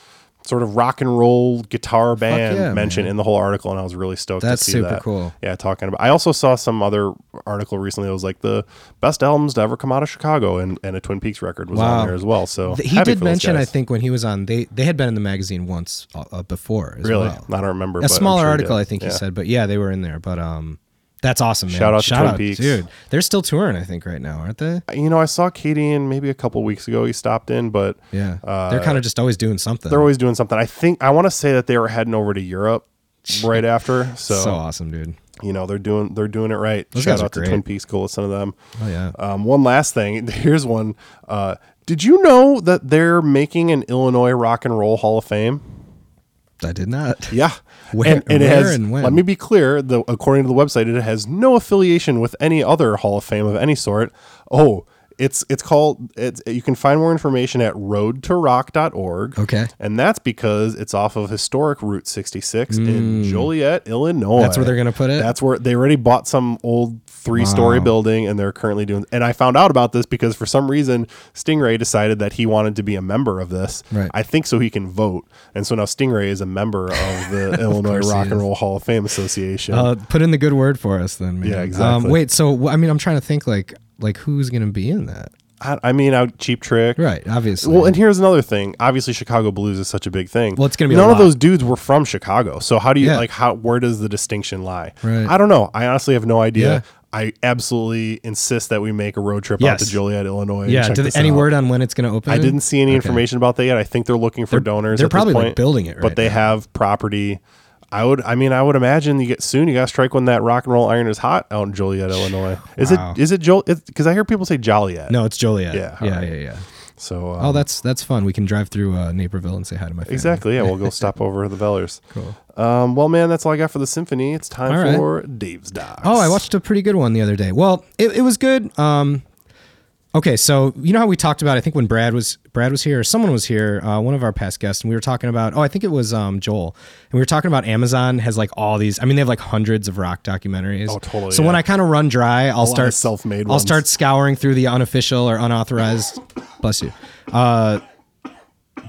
Speaker 1: sort of rock and roll guitar band
Speaker 2: yeah,
Speaker 1: mentioned in the whole article, and I was really stoked.
Speaker 2: That's
Speaker 1: to see
Speaker 2: super
Speaker 1: that.
Speaker 2: cool.
Speaker 1: Yeah, talking about. I also saw some other article recently that was like the best albums to ever come out of Chicago, and, and a Twin Peaks record was
Speaker 2: Wow.
Speaker 1: on there as well. So
Speaker 2: He
Speaker 1: happy
Speaker 2: did
Speaker 1: for those
Speaker 2: mention, I
Speaker 1: guys.
Speaker 2: think, when he was on, they they had been in the magazine once uh, uh, before. As
Speaker 1: really,
Speaker 2: well.
Speaker 1: I don't remember
Speaker 2: a
Speaker 1: but I'm
Speaker 2: smaller
Speaker 1: sure he
Speaker 2: article,
Speaker 1: did.
Speaker 2: I think
Speaker 1: Yeah.
Speaker 2: he said, but yeah, they were in there. But um, that's awesome, man.
Speaker 1: Shout out to Twin Peaks.
Speaker 2: dude. They're still touring, I think, right now, aren't they?
Speaker 1: You know, I saw Cadian maybe a couple weeks ago. He stopped in, but
Speaker 2: Yeah, they're kind of just always doing
Speaker 1: Uh,
Speaker 2: something.
Speaker 1: they're always doing something. I think I want to say that they were heading over to Europe right after. So,
Speaker 2: so, awesome, dude.
Speaker 1: you know, they're doing they're doing it right.
Speaker 2: Those
Speaker 1: Shout
Speaker 2: guys are
Speaker 1: out to
Speaker 2: great.
Speaker 1: Twin Peaks. Go listen to them.
Speaker 2: Oh yeah,
Speaker 1: Um, one last thing. Here's one. Uh, did you know that they're making an Illinois Rock and Roll Hall of Fame?
Speaker 2: I did not.
Speaker 1: Yeah.
Speaker 2: Where-
Speaker 1: and, and it
Speaker 2: where
Speaker 1: has,
Speaker 2: and when?
Speaker 1: Let me be clear. The, according to the website, it has no affiliation with any other Hall of Fame of any sort. Oh, it's it's called. It's, you can find more information at roadtorock.org.
Speaker 2: Okay.
Speaker 1: And that's because it's off of historic Route 66 in Joliet, Illinois.
Speaker 2: Hmm. That's where they're gonna put it?
Speaker 1: That's where they already bought some old three story building and they're currently doing. And I found out about this because for some reason, Stingray decided that he wanted to be a member of this.
Speaker 2: Right.
Speaker 1: I think so he can vote. And so now Stingray is a member of the Illinois
Speaker 2: course he
Speaker 1: Rock and
Speaker 2: is.
Speaker 1: Roll Hall of Fame Association.
Speaker 2: Uh, put in the good word for us, then. Man.
Speaker 1: Yeah, exactly.
Speaker 2: Um, wait, so wh- I mean, I'm trying to think like like who's gonna be in that?
Speaker 1: I, I mean, out Cheap Trick.
Speaker 2: Right, obviously.
Speaker 1: Well, and here's another thing. Obviously, Chicago blues is such a big thing.
Speaker 2: Well, it's gonna be a
Speaker 1: none of
Speaker 2: lot.
Speaker 1: those dudes were from Chicago. So how do you
Speaker 2: Yeah.
Speaker 1: like how where does the distinction lie?
Speaker 2: Right.
Speaker 1: I don't know. I honestly have no idea.
Speaker 2: Yeah.
Speaker 1: I absolutely insist that we make a road trip out
Speaker 2: Yes.
Speaker 1: to Joliet, Illinois. and
Speaker 2: yeah.
Speaker 1: check
Speaker 2: Do they,
Speaker 1: this
Speaker 2: any
Speaker 1: out.
Speaker 2: word on when it's gonna open?
Speaker 1: I didn't see any information about that yet. I think they're looking for donors.
Speaker 2: they're
Speaker 1: at this
Speaker 2: probably, like,
Speaker 1: point,
Speaker 2: building it
Speaker 1: but
Speaker 2: right
Speaker 1: they
Speaker 2: now.
Speaker 1: have property. I would. I mean, I would imagine you get soon. You got to strike when that rock and roll iron is hot out in Joliet, Illinois. Is
Speaker 2: Wow.
Speaker 1: it? Is it Joliet? Because I hear people say Joliet.
Speaker 2: No, it's Joliet.
Speaker 1: Yeah,
Speaker 2: yeah,
Speaker 1: alright.
Speaker 2: yeah, yeah.
Speaker 1: So um,
Speaker 2: Oh, that's that's fun. We can drive through uh, Naperville and say hi to my family.
Speaker 1: Exactly. Yeah, we'll go stop over the Vellers.
Speaker 2: Cool.
Speaker 1: Um, well, man, that's all I got for the symphony. It's time
Speaker 2: All right.
Speaker 1: for Dave's docs.
Speaker 2: Oh, I watched a pretty good one the other day. Well, it, it was good. Um, okay, so you know how we talked about? I think when Brad was Brad was here, or someone was here, uh, one of our past guests, and we were talking about. Oh, I think it was um, Joel, and we were talking about Amazon has like all these. I mean, they have like hundreds of rock documentaries.
Speaker 1: Oh, totally,
Speaker 2: So when
Speaker 1: yeah.
Speaker 2: I kind of run dry, I'll
Speaker 1: lot
Speaker 2: start
Speaker 1: of self-made
Speaker 2: I'll
Speaker 1: ones.
Speaker 2: start scouring through the unofficial or unauthorized. bless you. Uh,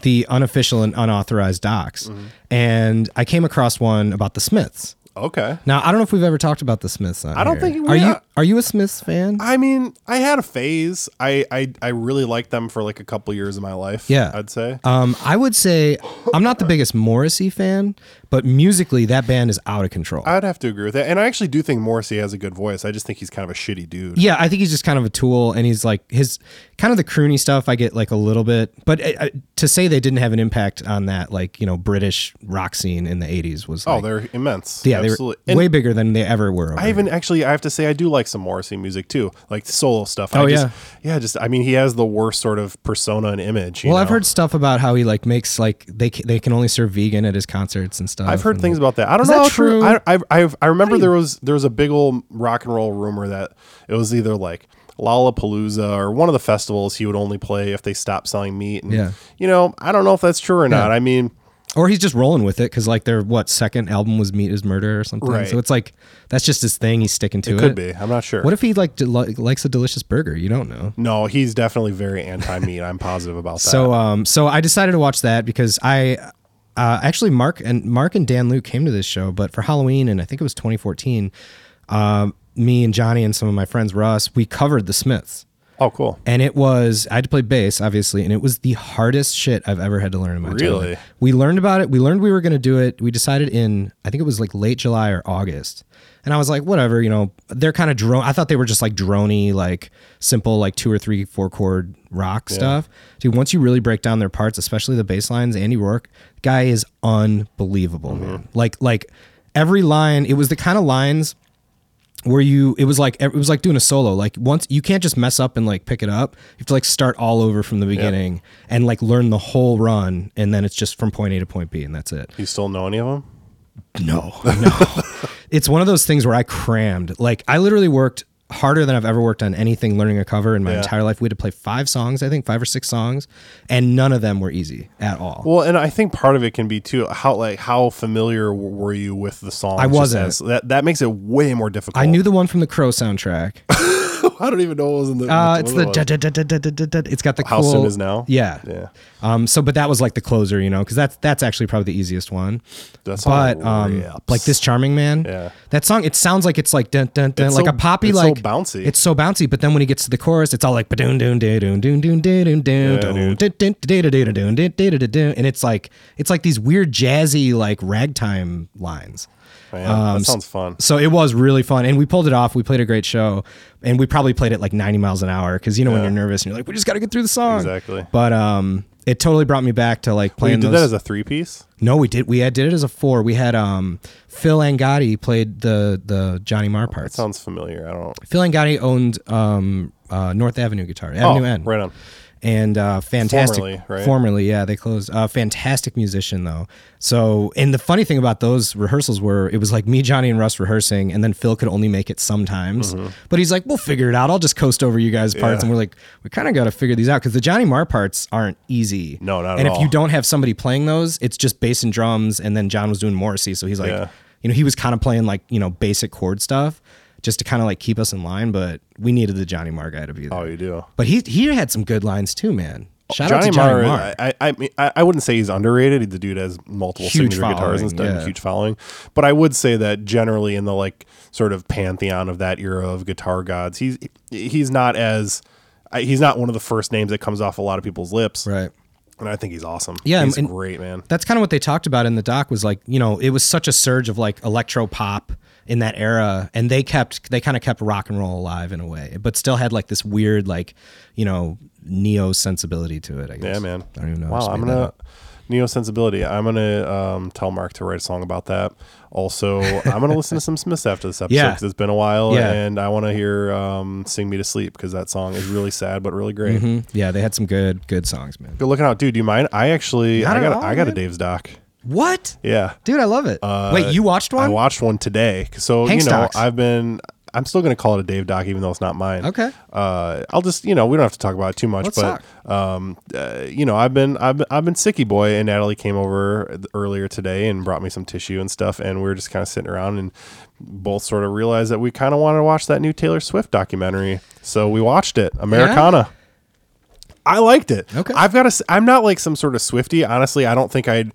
Speaker 2: the unofficial and unauthorized docs,
Speaker 1: Mm-hmm.
Speaker 2: and I came across one about the Smiths.
Speaker 1: Okay.
Speaker 2: Now I don't know if we've ever talked about the Smiths. On
Speaker 1: I don't
Speaker 2: here.
Speaker 1: think we
Speaker 2: are you
Speaker 1: ha-
Speaker 2: are you a Smiths fan?
Speaker 1: I mean, I had a phase. I I, I really liked them for like a couple years of my life.
Speaker 2: Yeah.
Speaker 1: I'd say.
Speaker 2: Um, I would say I'm not the biggest Morrissey fan, but musically that band is out of control.
Speaker 1: I'd have to agree with that. And I actually do think Morrissey has a good voice. I just think he's kind of a shitty dude.
Speaker 2: yeah, I think he's just kind of a tool, and he's like his kind of the croony stuff. I get like a little bit, but I, I, to say they didn't have an impact on that, like you know, British rock scene in the '80s was
Speaker 1: Oh,
Speaker 2: like,
Speaker 1: they're immense.
Speaker 2: yeah, they were
Speaker 1: absolutely. And
Speaker 2: way bigger than they ever were. over
Speaker 1: I even actually I have to say I do like some Morrissey music too, like solo stuff.
Speaker 2: Oh,
Speaker 1: I just, yeah, yeah. Just I mean, he has the worst sort of persona and image. you
Speaker 2: Well, I've
Speaker 1: know?
Speaker 2: heard stuff about how he like makes like they ca- they can only serve vegan at his concerts and stuff.
Speaker 1: I've heard
Speaker 2: and,
Speaker 1: things about
Speaker 2: like-
Speaker 1: that. I don't
Speaker 2: Is
Speaker 1: know
Speaker 2: that
Speaker 1: how true.
Speaker 2: true?
Speaker 1: I, I, I, I remember there was there was a big old rock and roll rumor that it was either like Lollapalooza or one of the festivals he would only play if they stopped selling meat. And,
Speaker 2: Yeah.
Speaker 1: You know, I don't know if that's true or not. I mean,
Speaker 2: or he's just rolling with it because like their what second album was Meat Is Murder or something.
Speaker 1: Right.
Speaker 2: So it's like that's just his thing. He's sticking to it.
Speaker 1: could be. I'm not sure.
Speaker 2: What if he like del- likes a delicious burger? You don't know.
Speaker 1: no, he's definitely very anti meat. I'm positive about that.
Speaker 2: So um, so I decided to watch that because I. Uh, actually, Mark and Mark and Dan Luke came to this show, but for Halloween, and I think it was 2014, um, me and Johnny and some of my friends Russ, we covered the Smiths.
Speaker 1: oh, cool.
Speaker 2: and it was I had to play bass obviously, and it was the hardest shit I've ever had to learn in my entire
Speaker 1: Really?
Speaker 2: life. We learned about it. We learned we were going to do it. We decided in I think it was like late July or August, and I was like, whatever, you know, they're kind of drone. I thought they were just like drony, like simple, like two or three four chord rock stuff. Dude, once you really break down their parts, especially the bass lines, Andy Rourke guy is unbelievable, man. Like like every line, it was the kind of lines where you it was like it was like doing a solo like once you can't just mess up and like pick it up you have to like start all over from the beginning and like learn the whole run and then it's just from point a to point b and that's it
Speaker 1: You still know any of them?
Speaker 2: no no it's one of those things where i crammed like i literally worked harder than i've ever worked on anything learning a cover in my
Speaker 1: Yeah.
Speaker 2: entire life we had to play five songs i think five or six songs and none of them were easy at all
Speaker 1: Well, and I think part of it can be too how like how familiar w- were you with the song?
Speaker 2: I wasn't.
Speaker 1: that that makes it way more difficult.
Speaker 2: i knew the one from the crow soundtrack
Speaker 1: I don't even know what was in the.
Speaker 2: Uh,
Speaker 1: what
Speaker 2: it's
Speaker 1: it
Speaker 2: the
Speaker 1: was.
Speaker 2: da, da, da, da, da, da, da, da. it's got the
Speaker 1: How
Speaker 2: cool,
Speaker 1: Soon Is Now?
Speaker 2: Yeah,
Speaker 1: Yeah.
Speaker 2: Um. So, but that was like the closer, you know, because that's that's actually probably the easiest one.
Speaker 1: That song
Speaker 2: But um,
Speaker 1: rips.
Speaker 2: like this charming man.
Speaker 1: Oh, Yeah.
Speaker 2: That song, it sounds like it's like dun dun dun,
Speaker 1: It's
Speaker 2: like
Speaker 1: so-
Speaker 2: a poppy,
Speaker 1: it's so
Speaker 2: like
Speaker 1: bouncy.
Speaker 2: It's so bouncy, but then when he gets to the chorus, it's all like ba-doon, doon, da-doon, doon, doon, da-doon, doon, doon,
Speaker 1: dude.
Speaker 2: da-doon, da-da-da-da-doon, da-da-da-da-doon. and it's like it's like these weird jazzy like ragtime lines.
Speaker 1: Man,
Speaker 2: Um,
Speaker 1: that sounds fun.
Speaker 2: So it was really fun, and we pulled it off. We played a great show, and we probably played it like 90 miles an hour because you know when you're nervous and you're like, we just got to get through the song.
Speaker 1: Exactly.
Speaker 2: But um, it totally brought me back to like
Speaker 1: Well, you
Speaker 2: playing.
Speaker 1: did
Speaker 2: those-
Speaker 1: that as a three piece.
Speaker 2: no, we did. We had, did it as a four. We had um, Phil Angotti played the the Johnny Marr parts.
Speaker 1: Sounds familiar. I don't.
Speaker 2: Phil Angotti owned um, uh, North Avenue guitar,
Speaker 1: Oh,
Speaker 2: Avenue N,
Speaker 1: right on.
Speaker 2: and uh, fantastic.
Speaker 1: Formerly, right?
Speaker 2: formerly, yeah, they closed. Uh, fantastic musician though. So, and the funny thing about those rehearsals were it was like me, Johnny, and Russ rehearsing, and then Phil could only make it sometimes. But he's like, "We'll figure it out. I'll just coast over you guys' parts."
Speaker 1: Mm-hmm. Yeah.
Speaker 2: And we're like, "We kind of got to figure these out because the Johnny Marr parts aren't easy.
Speaker 1: No, not at
Speaker 2: And if
Speaker 1: all.
Speaker 2: you don't have somebody playing those, it's just bass and drums. And then John was doing Morrissey, so he's like,
Speaker 1: Yeah.
Speaker 2: you know, he was kind of playing like you know basic chord stuff just to kind of like keep us in line. But we needed the Johnny Marr guy to be there.
Speaker 1: Oh, you do.
Speaker 2: But he he had some good lines too, man. Shout out to
Speaker 1: Johnny
Speaker 2: Johnny Marr.
Speaker 1: Marr. I, I, I mean, I, I wouldn't say he's underrated. The dude has multiple
Speaker 2: Huge
Speaker 1: signature guitars and
Speaker 2: following,
Speaker 1: stuff,
Speaker 2: yeah.
Speaker 1: huge following. But I would say that generally in the like sort of pantheon of that era of guitar gods, he's he's not as I- he's not one of the first names that comes off a lot of people's lips.
Speaker 2: right.
Speaker 1: And I think he's awesome.
Speaker 2: Yeah,
Speaker 1: he's
Speaker 2: and-
Speaker 1: great, man.
Speaker 2: That's kind of what they talked about in the doc was like, you know, it was such a surge of like electro pop in that era and they kept they kind of kept rock and roll alive in a way, but still had like this weird like, you know, neo sensibility to it, I guess.
Speaker 1: Yeah, man.
Speaker 2: I don't even know. I
Speaker 1: Wow,
Speaker 2: just
Speaker 1: I'm
Speaker 2: made that
Speaker 1: gonna
Speaker 2: up.
Speaker 1: Neo Sensibility. I'm gonna um, tell Mark to write a song about that. Also, I'm gonna listen to some Smiths after this episode
Speaker 2: Yeah.
Speaker 1: because it's been a while,
Speaker 2: Yeah.
Speaker 1: and I want to hear um, "Sing Me to Sleep" because that song is really sad but really great.
Speaker 2: Mhm. Yeah, they had some good good songs, man.
Speaker 1: Good looking out, dude. Do you mind? I actually,
Speaker 2: Not
Speaker 1: I
Speaker 2: at
Speaker 1: got,
Speaker 2: all,
Speaker 1: I got a
Speaker 2: man.
Speaker 1: Dave's doc.
Speaker 2: What?
Speaker 1: Yeah,
Speaker 2: Dude, I love it. Wait, you watched
Speaker 1: Uh, I
Speaker 2: one?
Speaker 1: watched one today. So
Speaker 2: Hank's
Speaker 1: you know,
Speaker 2: docs.
Speaker 1: I've been. I'm still gonna call it a Dave doc, even though it's not mine.
Speaker 2: Okay.
Speaker 1: Uh, I'll just you know we don't have to talk about it too much,
Speaker 2: Let's
Speaker 1: but um, uh, you know I've been I've been, I've been sicky boy, and Natalie came over th- earlier today and brought me some tissue and stuff, and we were just kind of sitting around and both sort of realized that we kind of wanted to watch that new Taylor Swift documentary, so we watched it, Americana. I liked it.
Speaker 2: Okay.
Speaker 1: I've got to. I'm not like some sort of Swifty. Honestly, I don't think I'd.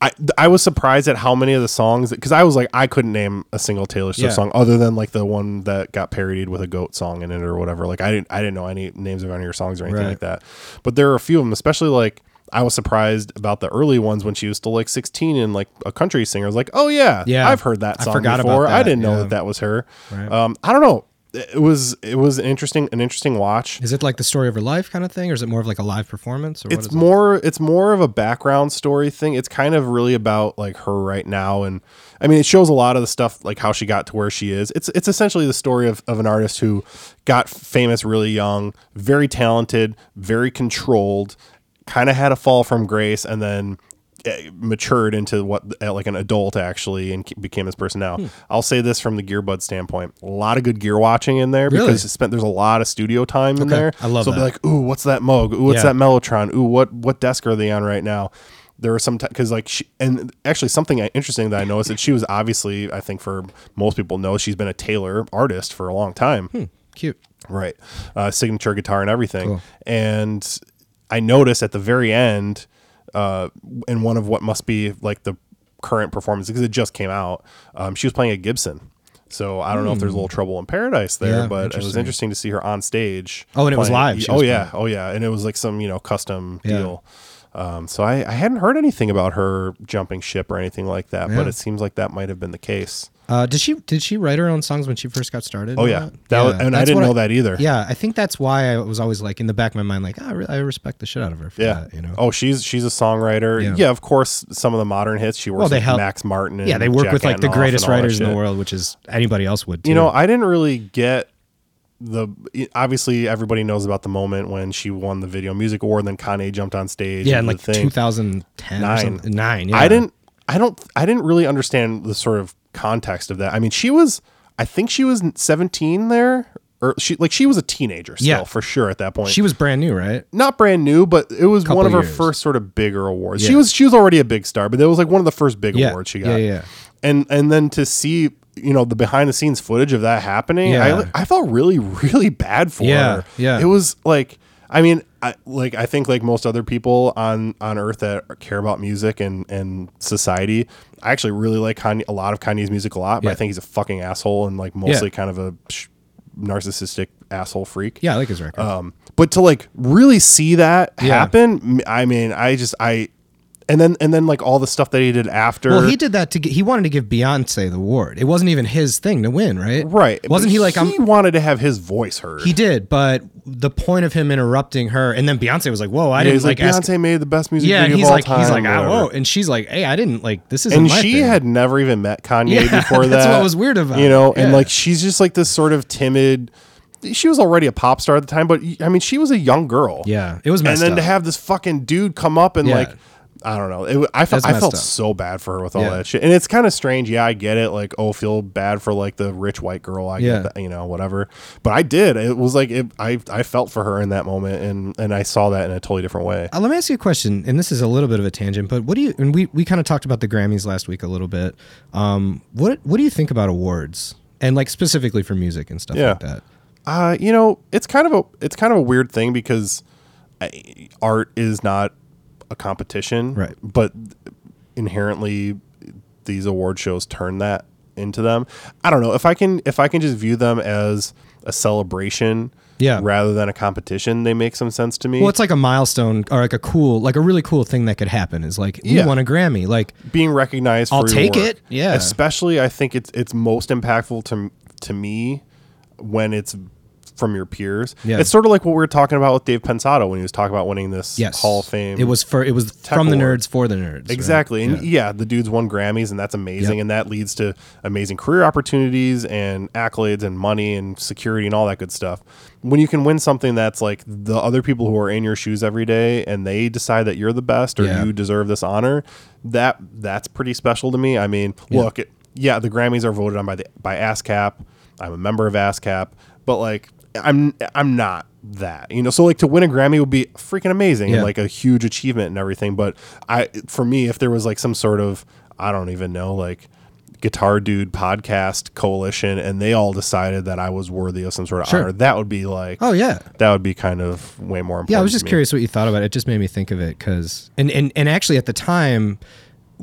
Speaker 1: I, I was surprised at how many of the songs because I was like I couldn't name a single Taylor Swift
Speaker 2: Yeah.
Speaker 1: song other than like the one that got parodied with a goat song in it or whatever. Like I didn't I didn't know any names of any of her songs or anything
Speaker 2: Right.
Speaker 1: like that. But there are a few of them, especially like I was surprised about the early ones when she was still like 16 and like a country singer. I was like, oh yeah,
Speaker 2: Yeah.
Speaker 1: I've heard that
Speaker 2: I
Speaker 1: song
Speaker 2: forgot about
Speaker 1: before. I
Speaker 2: that,
Speaker 1: didn't know
Speaker 2: yeah.
Speaker 1: that that was her.
Speaker 2: Right.
Speaker 1: Um, I don't know. It was it was an interesting an interesting watch.
Speaker 2: Is it like the story of her life kind of thing, or is it more of like a live performance? Or what
Speaker 1: it's
Speaker 2: is it?
Speaker 1: more it's more of a background story thing it's kind of really about like her right now and i mean it shows a lot of the stuff like how she got to where she is it's it's essentially the story of, of an artist who got famous really young very talented very controlled kind of had a fall from grace and then eh, matured into what eh, like an adult actually and ke- became this person
Speaker 2: Hmm.
Speaker 1: now i'll say this from the gearbud standpoint a lot of good gear watching in there
Speaker 2: Really?
Speaker 1: because it spent there's a lot of studio time in
Speaker 2: Okay.
Speaker 1: there
Speaker 2: I love
Speaker 1: so it'll be like
Speaker 2: that.
Speaker 1: ooh, what's that Moog? Ooh, what's
Speaker 2: Yeah.
Speaker 1: that Mellotron? Ooh, what what desk are they on right now? There were some because like she, and actually something interesting that I noticed that she was obviously I think for most people know she's been a tailor artist for a long time,
Speaker 2: Hmm. cute.
Speaker 1: right? Uh, signature guitar and everything.
Speaker 2: Cool.
Speaker 1: And I noticed at the very end, uh, in one of what must be like the current performance because it just came out, um, she was playing a Gibson. So I don't know if there's a little trouble in paradise there,
Speaker 2: Hmm. Yeah,
Speaker 1: but it was
Speaker 2: interesting.
Speaker 1: interesting to see her on stage.
Speaker 2: Oh, and it was live. She
Speaker 1: Oh
Speaker 2: was
Speaker 1: yeah, oh yeah, and it was like some you know custom
Speaker 2: Yeah.
Speaker 1: deal. Um, so I, I hadn't heard anything about her jumping ship or anything like that, but
Speaker 2: Yeah.
Speaker 1: it seems like that might have been the case.
Speaker 2: Uh, did she did she write her own songs when she first got started?
Speaker 1: Oh
Speaker 2: and
Speaker 1: yeah,
Speaker 2: all that?
Speaker 1: that was, and I
Speaker 2: that's
Speaker 1: didn't
Speaker 2: what
Speaker 1: know that either.
Speaker 2: Yeah, I think that's why I was always like in the back of my mind, like "Ah, I, re- I respect the shit out of her. For
Speaker 1: Yeah,
Speaker 2: that, you know.
Speaker 1: Oh, she's she's a songwriter.
Speaker 2: Yeah.
Speaker 1: Yeah, of course. Some of the modern hits she works
Speaker 2: Well, they
Speaker 1: with
Speaker 2: help-
Speaker 1: Max Martin. And
Speaker 2: yeah, they work
Speaker 1: Jack
Speaker 2: with like the
Speaker 1: Antonoff
Speaker 2: greatest
Speaker 1: and all that
Speaker 2: writers in the
Speaker 1: shit.
Speaker 2: world, which is anybody else would. Too.
Speaker 1: You know, I didn't really get the obviously everybody knows about the moment when she won the Video Music Award, and then Kanye jumped on stage.
Speaker 2: yeah,
Speaker 1: and
Speaker 2: in like
Speaker 1: did the thing.
Speaker 2: 2010, nine,
Speaker 1: Nine.
Speaker 2: nine. Yeah.
Speaker 1: I didn't. I don't. I didn't really understand the sort of context of that. I mean, she was. I think she was 17 there, or she like she was a teenager still
Speaker 2: Yeah.
Speaker 1: for sure at that point.
Speaker 2: She was brand new, right?
Speaker 1: not brand new, but it was
Speaker 2: Couple
Speaker 1: one of her
Speaker 2: years.
Speaker 1: first sort of bigger awards. She
Speaker 2: Yeah.
Speaker 1: was she was already a big star, but it was like one of the first big
Speaker 2: Yeah.
Speaker 1: awards she
Speaker 2: Yeah,
Speaker 1: got.
Speaker 2: yeah.
Speaker 1: And and then to see you know the behind the scenes footage of that happening,
Speaker 2: Yeah.
Speaker 1: I I felt really really bad for
Speaker 2: Yeah,
Speaker 1: her.
Speaker 2: yeah.
Speaker 1: it was like I mean I like I think like most other people on on Earth that care about music and and society, I actually really like Kanye, a lot of Kanye's music a lot, but
Speaker 2: Yeah.
Speaker 1: I think he's a fucking asshole and like mostly kind of a sh- narcissistic asshole freak.
Speaker 2: Yeah, I like his record.
Speaker 1: Um, but to like really see that
Speaker 2: Yeah.
Speaker 1: happen, m- I mean, I just I, and then and then like all the stuff that he did after.
Speaker 2: well, he did that to get, he wanted to give Beyonce the award. It wasn't even his thing to win, right?
Speaker 1: right?
Speaker 2: Wasn't
Speaker 1: but
Speaker 2: he like I'm
Speaker 1: he wanted to have his voice heard?
Speaker 2: He did, but the point of him interrupting her, and then Beyonce was like, "Whoa, I
Speaker 1: yeah,
Speaker 2: didn't
Speaker 1: he's
Speaker 2: like,
Speaker 1: like,
Speaker 2: ask."
Speaker 1: Beyonce made the best music
Speaker 2: yeah, and
Speaker 1: video
Speaker 2: he's
Speaker 1: of all
Speaker 2: like,
Speaker 1: time.
Speaker 2: he's like,
Speaker 1: or
Speaker 2: "Ah,
Speaker 1: whatever.
Speaker 2: whoa," and she's like, "Hey, I didn't like this." Isn't
Speaker 1: And
Speaker 2: my
Speaker 1: she
Speaker 2: thing."
Speaker 1: had never even met Kanye
Speaker 2: Yeah,
Speaker 1: before that.
Speaker 2: that's what was weird about
Speaker 1: you know.
Speaker 2: it.
Speaker 1: And
Speaker 2: Yeah.
Speaker 1: like she's just like this sort of timid. She was already a pop star at the time, but I mean, she was a young girl.
Speaker 2: yeah, it was
Speaker 1: and
Speaker 2: messed
Speaker 1: then to
Speaker 2: up.
Speaker 1: have this fucking dude come up and
Speaker 2: Yeah.
Speaker 1: like I don't know. It, I felt
Speaker 2: That's
Speaker 1: I
Speaker 2: messed
Speaker 1: felt
Speaker 2: up.
Speaker 1: so bad for her with all
Speaker 2: Yeah.
Speaker 1: that shit, and it's kind of strange. Yeah, I get it. Like, oh, feel bad for like the rich white girl. I
Speaker 2: Yeah.
Speaker 1: get that, you know, whatever. But I did. It was like it, I I felt for her in that moment, and and I saw that in a totally different way.
Speaker 2: Uh, let me ask you a question, and this is a little bit of a tangent, but what do you? And we we kind of talked about the Grammys last week a little bit. Um, what what do you think about awards and like specifically for music and stuff
Speaker 1: Yeah.
Speaker 2: like that?
Speaker 1: Uh, you know, it's kind of a it's kind of a weird thing because I, art is not a competition,
Speaker 2: Right.
Speaker 1: But inherently, these award shows turn that into them. I don't know if I can if I can just view them as a celebration,
Speaker 2: Yeah.
Speaker 1: rather than a competition. They make some sense to me.
Speaker 2: Well, it's like a milestone or like a cool, like a really cool thing that could happen is like you
Speaker 1: Yeah.
Speaker 2: won a Grammy, like
Speaker 1: being recognized.
Speaker 2: I'll
Speaker 1: for your
Speaker 2: take
Speaker 1: work.
Speaker 2: it. Yeah.
Speaker 1: especially I think it's it's most impactful to to me when it's from your peers.
Speaker 2: Yeah.
Speaker 1: it's sort of like what we were talking about with Dave Pensato when he was talking about winning this
Speaker 2: yes,
Speaker 1: Hall of Fame.
Speaker 2: It was for it was from the
Speaker 1: award.
Speaker 2: nerds for the nerds. right?
Speaker 1: Exactly. And yeah. the dude's won Grammys and that's amazing
Speaker 2: Yep.
Speaker 1: and that leads to amazing career opportunities and accolades and money and security and all that good stuff. When you can win something that's like the other people who are in your shoes every day and they decide that you're the best or
Speaker 2: Yeah.
Speaker 1: you deserve this honor, that that's pretty special to me. I mean, look, it, yeah, the Grammys are voted on by the by ASCAP. I'm a member of ASCAP, but like I'm I'm not that. You know, so like to win a Grammy would be freaking amazing
Speaker 2: Yeah.
Speaker 1: and like a huge achievement and everything, but I for me if there was like some sort of I don't even know like guitar dude podcast coalition and they all decided that I was worthy of some sort of
Speaker 2: Sure.
Speaker 1: honor, that would be like
Speaker 2: Oh yeah.
Speaker 1: that would be kind of way more important.
Speaker 2: Yeah, I was
Speaker 1: to
Speaker 2: just
Speaker 1: me.
Speaker 2: curious what you thought about it. It just made me think of it because, and, and and actually at the time,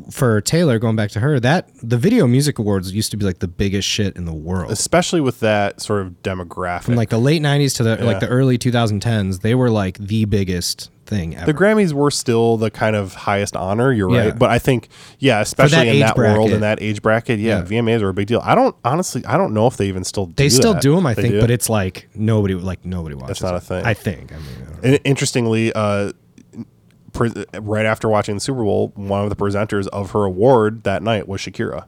Speaker 2: for Taylor going back to her, that the Video Music Awards used to be like the biggest shit in the world.
Speaker 1: Especially with that sort of demographic.
Speaker 2: From like the late '90s to the
Speaker 1: Yeah.
Speaker 2: like the early 2010s, they were like the biggest thing ever.
Speaker 1: the Grammys were still the kind of highest honor. You're
Speaker 2: Yeah.
Speaker 1: right, but I think yeah, especially in
Speaker 2: age
Speaker 1: that world
Speaker 2: bracket.
Speaker 1: in that age bracket, yeah,
Speaker 2: Yeah.
Speaker 1: VMAs are a big deal. I don't honestly, I don't know if they even still do
Speaker 2: they still
Speaker 1: that.
Speaker 2: do them, I
Speaker 1: They
Speaker 2: think,
Speaker 1: do?
Speaker 2: but it's like nobody like nobody watches.
Speaker 1: not a
Speaker 2: it.
Speaker 1: thing.
Speaker 2: I think. I mean, I don't know.
Speaker 1: And interestingly, uh, pre- right after watching the Super Bowl, one of the presenters of her award that night was Shakira.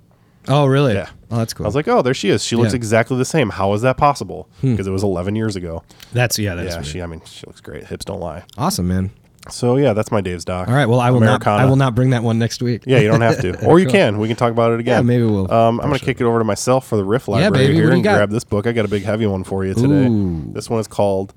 Speaker 2: oh really?
Speaker 1: Yeah.
Speaker 2: Oh, that's cool.
Speaker 1: I was like, oh, there she is. She looks
Speaker 2: Yeah.
Speaker 1: exactly the same. How is that possible? Because it was 11 years ago.
Speaker 2: that's yeah. That's
Speaker 1: Yeah, she. I mean, she looks great. Hips don't lie.
Speaker 2: awesome, man.
Speaker 1: So yeah, that's my Dave's doc.
Speaker 2: All right. Well, I will not.
Speaker 1: Americana.
Speaker 2: I will not bring that one next week.
Speaker 1: Yeah, you don't have to, or you can. We can talk about it again.
Speaker 2: Yeah, maybe we'll
Speaker 1: Um, I'm gonna kick it over to myself for the riff library
Speaker 2: baby, what
Speaker 1: here
Speaker 2: do you
Speaker 1: and
Speaker 2: got?
Speaker 1: grab this book. I got a big heavy one for you today.
Speaker 2: Ooh.
Speaker 1: This one is called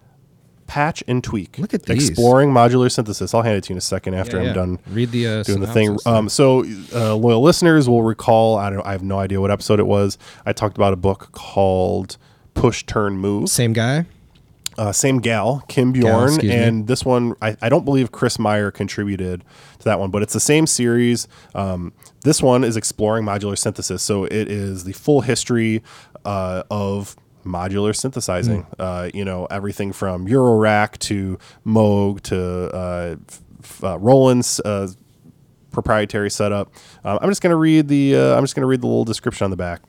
Speaker 1: Patch and Tweak.
Speaker 2: Look at these.
Speaker 1: exploring modular synthesis. I'll hand it to you in a second after I'm
Speaker 2: Yeah.
Speaker 1: done
Speaker 2: Read the uh,
Speaker 1: doing the thing.
Speaker 2: synopsis.
Speaker 1: Um, so, uh, loyal listeners will recall. I don't. I have no idea what episode it was. I talked about a book called Push Turn Move
Speaker 2: Same guy.
Speaker 1: uh, same gal, Kim Bjorn,
Speaker 2: excuse me.
Speaker 1: and this one I, I don't believe Chris Meyer contributed to that one, but it's the same series. Um, this one is exploring modular synthesis, so it is the full history uh, of modular synthesizing.
Speaker 2: Hmm.
Speaker 1: Uh, you know everything from Eurorack to Moog to uh, f- f- uh, Roland's. Uh, proprietary setup. Um, I'm just going to read the uh, I'm just going to read the little description on the back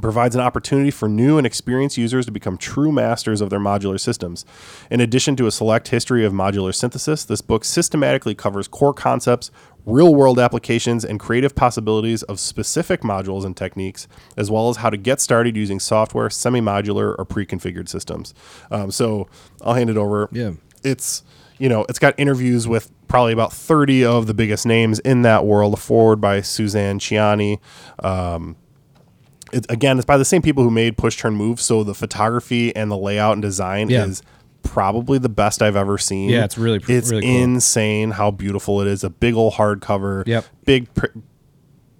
Speaker 1: provides an opportunity for new and experienced users to become true masters of their modular systems. In addition to a select history of modular synthesis, this book systematically covers core concepts, real world applications, and creative possibilities of specific modules and techniques, as well as how to get started using software, semi modular, or pre configured systems. Um, so I'll hand it over
Speaker 2: Yeah.
Speaker 1: it's you know it's got interviews with probably about 30 of the biggest names in that world a forward by suzanne ciani um, it, again it's by the same people who made push turn move so the photography and the layout and design
Speaker 2: Yeah.
Speaker 1: is probably the best i've ever seen
Speaker 2: Yeah, it's really pr-
Speaker 1: it's
Speaker 2: really cool.
Speaker 1: insane how beautiful it is a big old hardcover
Speaker 2: Yep.
Speaker 1: big pr-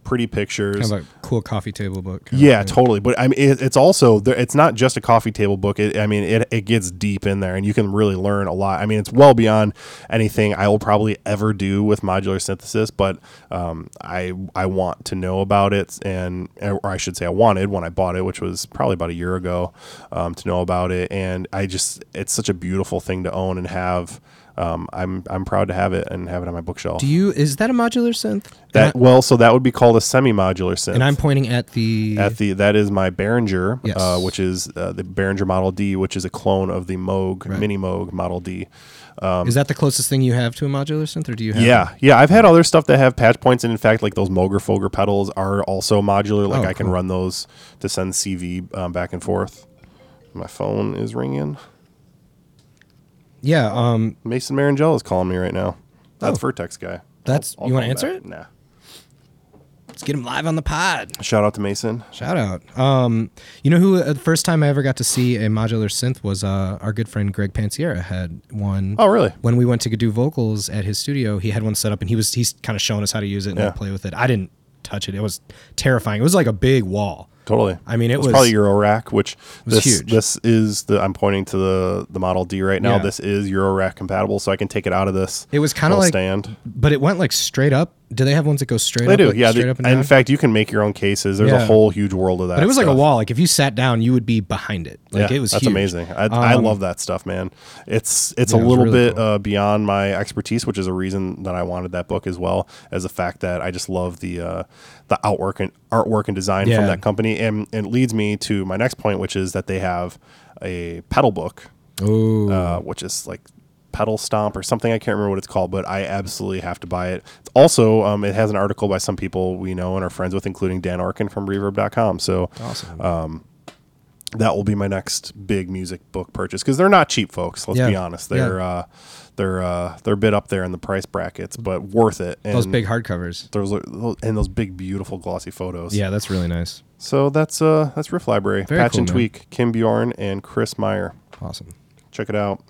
Speaker 1: pretty pictures
Speaker 2: Kind of a cool coffee table book. kind of
Speaker 1: yeah,
Speaker 2: thing.
Speaker 1: totally. But I mean, it, it's also there, it's not just a coffee table book. It, I mean, it, it gets deep in there, and you can really learn a lot. I mean, it's well beyond anything I will probably ever do with modular synthesis. But um, I I want to know about it, and or I should say, I wanted when I bought it, which was probably about a year ago, um, to know about it. And I just it's such a beautiful thing to own and have. Um, I'm I'm proud to have it and have it on my bookshelf.
Speaker 2: Do you? Is that a modular synth?
Speaker 1: that
Speaker 2: and,
Speaker 1: well, so that would be called a semi-modular synth.
Speaker 2: I, and I'm pointing at the.
Speaker 1: At the that is my Behringer,
Speaker 2: Yes.
Speaker 1: uh, which is uh, the Behringer Model D, which is a clone of the Moog Mini Moog Model D.
Speaker 2: is that the closest thing you have to a modular synth, or do you have?
Speaker 1: um, Yeah, yeah. I've had other stuff that have patch points, and in fact, like those Moger Foger pedals are also modular. Like
Speaker 2: Oh,
Speaker 1: I can run those to send CV um, back and forth. My phone is ringing.
Speaker 2: Yeah. Um.
Speaker 1: Mason Marangella is calling me right now. That's Vertex guy.
Speaker 2: That's- Oh. you wanna
Speaker 1: call him
Speaker 2: answer
Speaker 1: back.
Speaker 2: it?
Speaker 1: Nah.
Speaker 2: Let's get him live on the pod.
Speaker 1: Shout out to Mason.
Speaker 2: Shout out. Um. You know who? uh, The first time I ever got to see a modular synth was uh our good friend Greg Pansiera had one.
Speaker 1: Oh, really?
Speaker 2: When we went to do vocals at his studio, he had one set up, and he was he's kind of showing us how to use it and
Speaker 1: Yeah.
Speaker 2: like, play with it. I didn't touch it. It was terrifying. It was like a big wall.
Speaker 1: Totally.
Speaker 2: I mean, it
Speaker 1: It's
Speaker 2: was-
Speaker 1: probably Eurorack, which
Speaker 2: was
Speaker 1: this
Speaker 2: huge.
Speaker 1: this is the I'm pointing to the the Model D right now.
Speaker 2: Yeah.
Speaker 1: This is Eurorack compatible, so I can take it out of this.
Speaker 2: It was kinda
Speaker 1: little
Speaker 2: like-
Speaker 1: stand.
Speaker 2: But it went like straight up. Do they have ones that go straight
Speaker 1: They
Speaker 2: up?
Speaker 1: do,
Speaker 2: like,
Speaker 1: yeah.
Speaker 2: Straight
Speaker 1: they-
Speaker 2: up and
Speaker 1: and
Speaker 2: down?
Speaker 1: in fact, you can make your own cases. There's a
Speaker 2: Yeah.
Speaker 1: whole huge world of that.
Speaker 2: But it was like a
Speaker 1: stuff.
Speaker 2: wall. Like if you sat down, you would be behind it. Like
Speaker 1: yeah,
Speaker 2: it was
Speaker 1: that's
Speaker 2: huge.
Speaker 1: amazing. I, I
Speaker 2: Um,
Speaker 1: love that stuff, man. It's it's
Speaker 2: yeah,
Speaker 1: a
Speaker 2: it was
Speaker 1: little
Speaker 2: really
Speaker 1: bit
Speaker 2: cool.
Speaker 1: uh, beyond my expertise, which is a reason that I wanted that book as well as the fact that I just love the uh, the outwork and artwork and design from
Speaker 2: Yeah.
Speaker 1: that company, and, and it leads me to my next point, which is that they have a pedal book,
Speaker 2: Oh,
Speaker 1: uh, which is like pedal stomp or something. I can't remember what it's called, but I absolutely have to buy it. It's also, um, it has an article by some people we know and are friends with, including Dan Arkin from Reverb.com. So um,
Speaker 2: awesome.
Speaker 1: that will be my next big music book purchase because they're not cheap, folks. Let's
Speaker 2: Yeah.
Speaker 1: be honest; they're
Speaker 2: Yeah.
Speaker 1: uh, they're uh, they're a bit up there in the price brackets, but worth it. And
Speaker 2: Those big hardcovers.
Speaker 1: Those, are- those- and those big beautiful glossy photos.
Speaker 2: Yeah, that's really nice.
Speaker 1: So that's uh that's Riff Library,
Speaker 2: Very
Speaker 1: Patch
Speaker 2: cool,
Speaker 1: and
Speaker 2: man.
Speaker 1: Tweak, Kim Bjorn and Chris Meyer.
Speaker 2: Awesome.
Speaker 1: Check it out.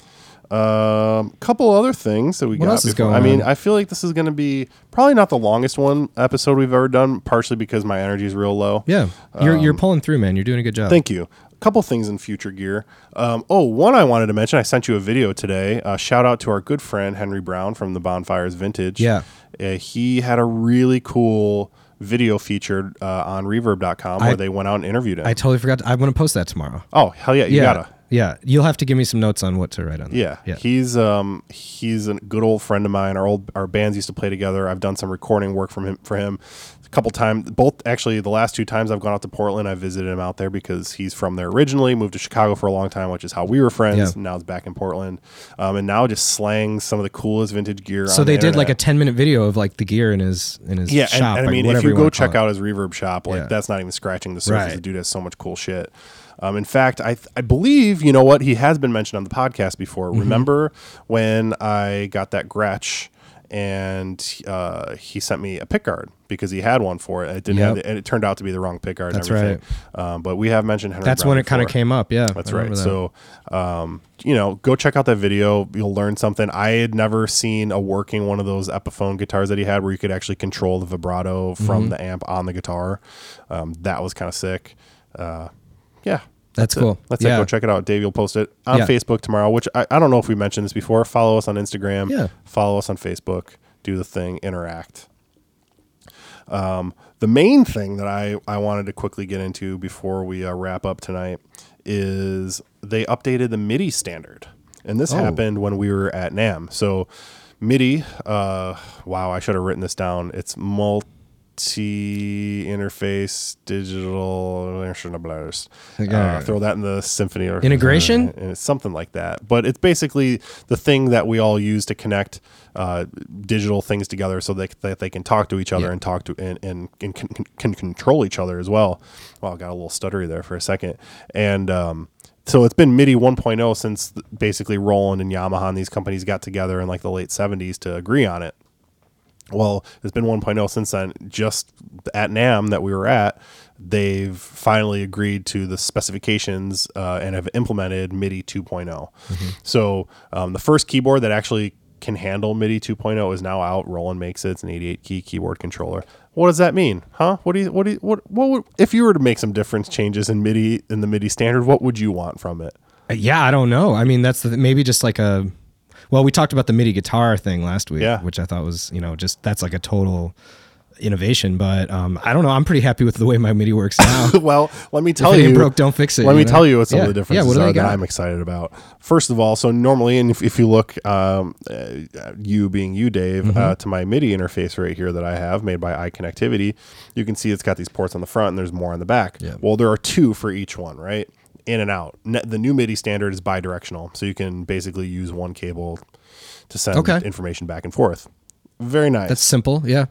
Speaker 1: Um, couple other things that we
Speaker 2: What
Speaker 1: got.
Speaker 2: else is
Speaker 1: before-
Speaker 2: going
Speaker 1: I mean,
Speaker 2: on?
Speaker 1: I feel like this is going to be probably not the longest one episode we've ever done, partially because my energy is real low.
Speaker 2: Yeah, you're you're pulling through, man. You're doing a good job.
Speaker 1: Um, Thank you. A couple things in future gear. Um, oh, one I wanted to mention. I sent you a video today. Uh, shout out to our good friend Henry Brown from the Bonfires Vintage.
Speaker 2: Yeah.
Speaker 1: Uh, he had a really cool video featured uh, on Reverb.com where they went out and interviewed him.
Speaker 2: I totally forgot. To, I'm gonna post that tomorrow.
Speaker 1: oh hell yeah, you
Speaker 2: yeah,
Speaker 1: gotta.
Speaker 2: yeah. You'll have to give me some notes on what to write on. that.
Speaker 1: Yeah.
Speaker 2: yeah.
Speaker 1: he's um he's a good old friend of mine. Our old our bands used to play together. I've done some recording work from him for him a couple times. Both actually, the last two times I've gone out to Portland, I visited him out there because he's from there originally. Moved to Chicago for a long time, which is how we were friends.
Speaker 2: Yeah.
Speaker 1: Now he's back in Portland, um, and now just slangs some of the coolest vintage gear.
Speaker 2: so
Speaker 1: on
Speaker 2: they
Speaker 1: the
Speaker 2: did like a
Speaker 1: internet.
Speaker 2: 10 minute video of like the gear in his in his
Speaker 1: yeah,
Speaker 2: shop.
Speaker 1: and, and I
Speaker 2: like,
Speaker 1: mean, if
Speaker 2: whatever
Speaker 1: you go
Speaker 2: wanna
Speaker 1: check
Speaker 2: call it.
Speaker 1: out his reverb shop, like
Speaker 2: Yeah.
Speaker 1: that's not even scratching the surface.
Speaker 2: Right.
Speaker 1: The dude has so much cool shit. Um, in fact, I th- I believe you know what he has been mentioned on the podcast before.
Speaker 2: Mm-hmm.
Speaker 1: Remember when I got that Gretsch and uh, he sent me a pickguard because he had one for it. and It didn't have
Speaker 2: Yep.
Speaker 1: the, and it turned out to be the wrong pickguard.
Speaker 2: That's
Speaker 1: and everything. right. Um, but we have mentioned Henry.
Speaker 2: that's
Speaker 1: Brown
Speaker 2: when it kind of
Speaker 1: before.
Speaker 2: came up. Yeah,
Speaker 1: That's
Speaker 2: I
Speaker 1: right.
Speaker 2: remember that.
Speaker 1: So, um, you know, go check out that video. You'll learn something. I had never seen a working one of those Epiphone guitars that he had, where you could actually control the vibrato
Speaker 2: Mm-hmm.
Speaker 1: from the amp on the guitar. Um, that was kind of sick. Uh, yeah.
Speaker 2: That's
Speaker 1: it.
Speaker 2: cool.
Speaker 1: That's it.
Speaker 2: Yeah.
Speaker 1: Go check it out. Dave, you'll post it on
Speaker 2: Yeah.
Speaker 1: Facebook tomorrow, which I, I don't know if we mentioned this before. Follow us on Instagram.
Speaker 2: Yeah.
Speaker 1: Follow us on Facebook. Do the thing. Interact. Um, The main thing that I, I wanted to quickly get into before we uh, wrap up tonight is they updated the MIDI standard. And this
Speaker 2: Oh.
Speaker 1: happened when we were at NAM. So MIDI, uh, wow, I should have written this down. It's multi interface digital
Speaker 2: Okay.
Speaker 1: uh, throw that in the symphony or
Speaker 2: Integration?
Speaker 1: and it's something like that. But it's basically the thing that we all use to connect uh, digital things together, so they, that they can talk to each other
Speaker 2: Yeah.
Speaker 1: and talk to and and, and can, can, can control each other as well. Wow, I got a little stuttery there for a second, and. Um, so it's been MIDI 1.0 since th- basically Roland and Yamaha and these companies got together in like the late 70s to agree on it well, it's been 1.0 since then. Just at NAM that we were at, they've finally agreed to the specifications uh, and have implemented MIDI 2.0. So um, the first keyboard that actually can handle MIDI 2.0 is now out. Roland makes it. It's an 88 key keyboard controller. What does that mean, huh? What do you what do you, what what would, if you were to make some difference changes in MIDI in the MIDI standard? What would you want from it?
Speaker 2: Uh, yeah, I don't know. I mean, that's the, maybe just like a. Well, we talked about the MIDI guitar thing last week,
Speaker 1: Yeah.
Speaker 2: which I thought was you know just that's like a total innovation. But um, I don't know. I'm pretty happy with the way my MIDI works now.
Speaker 1: well, let me tell
Speaker 2: it
Speaker 1: you,
Speaker 2: ain't broke, don't fix it,
Speaker 1: Let
Speaker 2: you
Speaker 1: me
Speaker 2: know?
Speaker 1: tell you what some
Speaker 2: Yeah.
Speaker 1: of the
Speaker 2: Yeah,
Speaker 1: differences
Speaker 2: what do they
Speaker 1: are that
Speaker 2: got?
Speaker 1: I'm excited about. First of all, so normally, and if, if you look, um, uh, you being you, Dave,
Speaker 2: Mm-hmm.
Speaker 1: uh, to my MIDI interface right here that I have made by iConnectivity, you can see it's got these ports on the front and there's more on the back.
Speaker 2: Yeah.
Speaker 1: Well, there are two for each one, right? In and out. Ne- the new MIDI standard is bidirectional, so you can basically use one cable to send
Speaker 2: Okay.
Speaker 1: information back and forth. Very nice.
Speaker 2: that's simple. Yeah.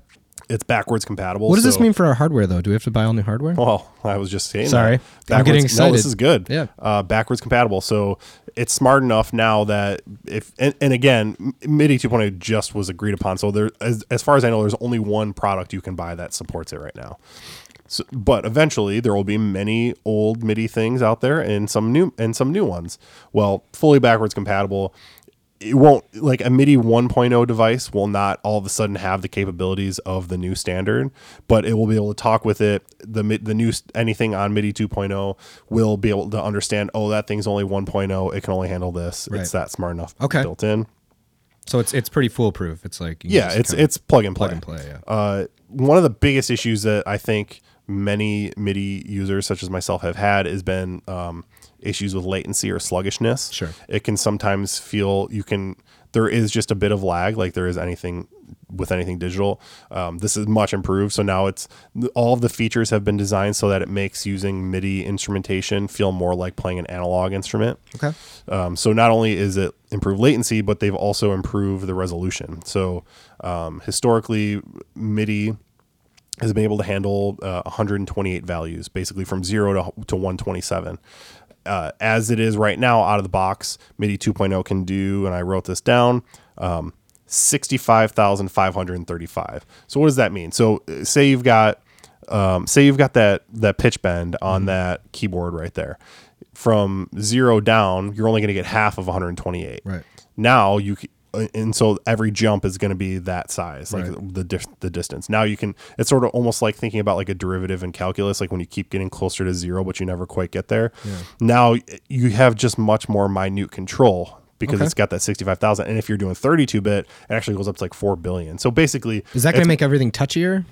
Speaker 1: it's backwards compatible.
Speaker 2: What does this
Speaker 1: so-
Speaker 2: mean for our hardware though? Do we have to buy all new hardware?
Speaker 1: well, I was just saying.
Speaker 2: Sorry.
Speaker 1: that.
Speaker 2: I'm getting
Speaker 1: Backwards- No, this
Speaker 2: excited.
Speaker 1: is good.
Speaker 2: Yeah.
Speaker 1: uh, backwards compatible. So it's smart enough now that if and, and again, M- MIDI 2.0 just was agreed upon. So there, as, as far as I know, there's only one product you can buy that supports it right now. So, but eventually, there will be many old MIDI things out there, and some new and some new ones. Well, fully backwards compatible. It won't like a MIDI 1.0 device will not all of a sudden have the capabilities of the new standard, but it will be able to talk with it. The mi- the new s- anything on MIDI 2.0 will be able to understand. Oh, that thing's only 1.0. It can only handle this. It's
Speaker 2: Right.
Speaker 1: that smart enough.
Speaker 2: Okay.
Speaker 1: built in.
Speaker 2: So it's it's pretty foolproof. It's like you can
Speaker 1: Yeah,
Speaker 2: just
Speaker 1: it's
Speaker 2: kinda
Speaker 1: it's plug and play.
Speaker 2: plug and play. Yeah.
Speaker 1: Uh, one of the biggest issues that I think many MIDI users, such as myself, have had has been um, issues with latency or sluggishness.
Speaker 2: Sure.
Speaker 1: It can sometimes feel you can, there is just a bit of lag, like there is anything with anything digital. Um, this is much improved. So now it's all of the features have been designed so that it makes using MIDI instrumentation feel more like playing an analog instrument.
Speaker 2: Okay.
Speaker 1: Um, so not only is it improved latency, but they've also improved the resolution. So um, historically, MIDI has been able to handle uh, 128 values, basically from zero to, to 127. Uh, as it is right now, out of the box, MIDI 2.0 can do, and I wrote this down. Um, 65,535. So, what does that mean? So, uh, say you've got um, say you've got that that pitch bend on that keyboard right there. From zero down, you're only going to get half of 128.
Speaker 2: Right.
Speaker 1: Now you c- uh, and so every jump is going to be that size, like the dis- the distance. Now you can. It's sort of almost like thinking about like a derivative in calculus, like when you keep getting closer to zero, but you never quite get there. Now you have just much more minute control because
Speaker 2: Okay.
Speaker 1: it's got that 65,000. And if you're doing 32 bit, it actually goes up to like 4 billion. So basically,
Speaker 2: Is that going to make everything touchier?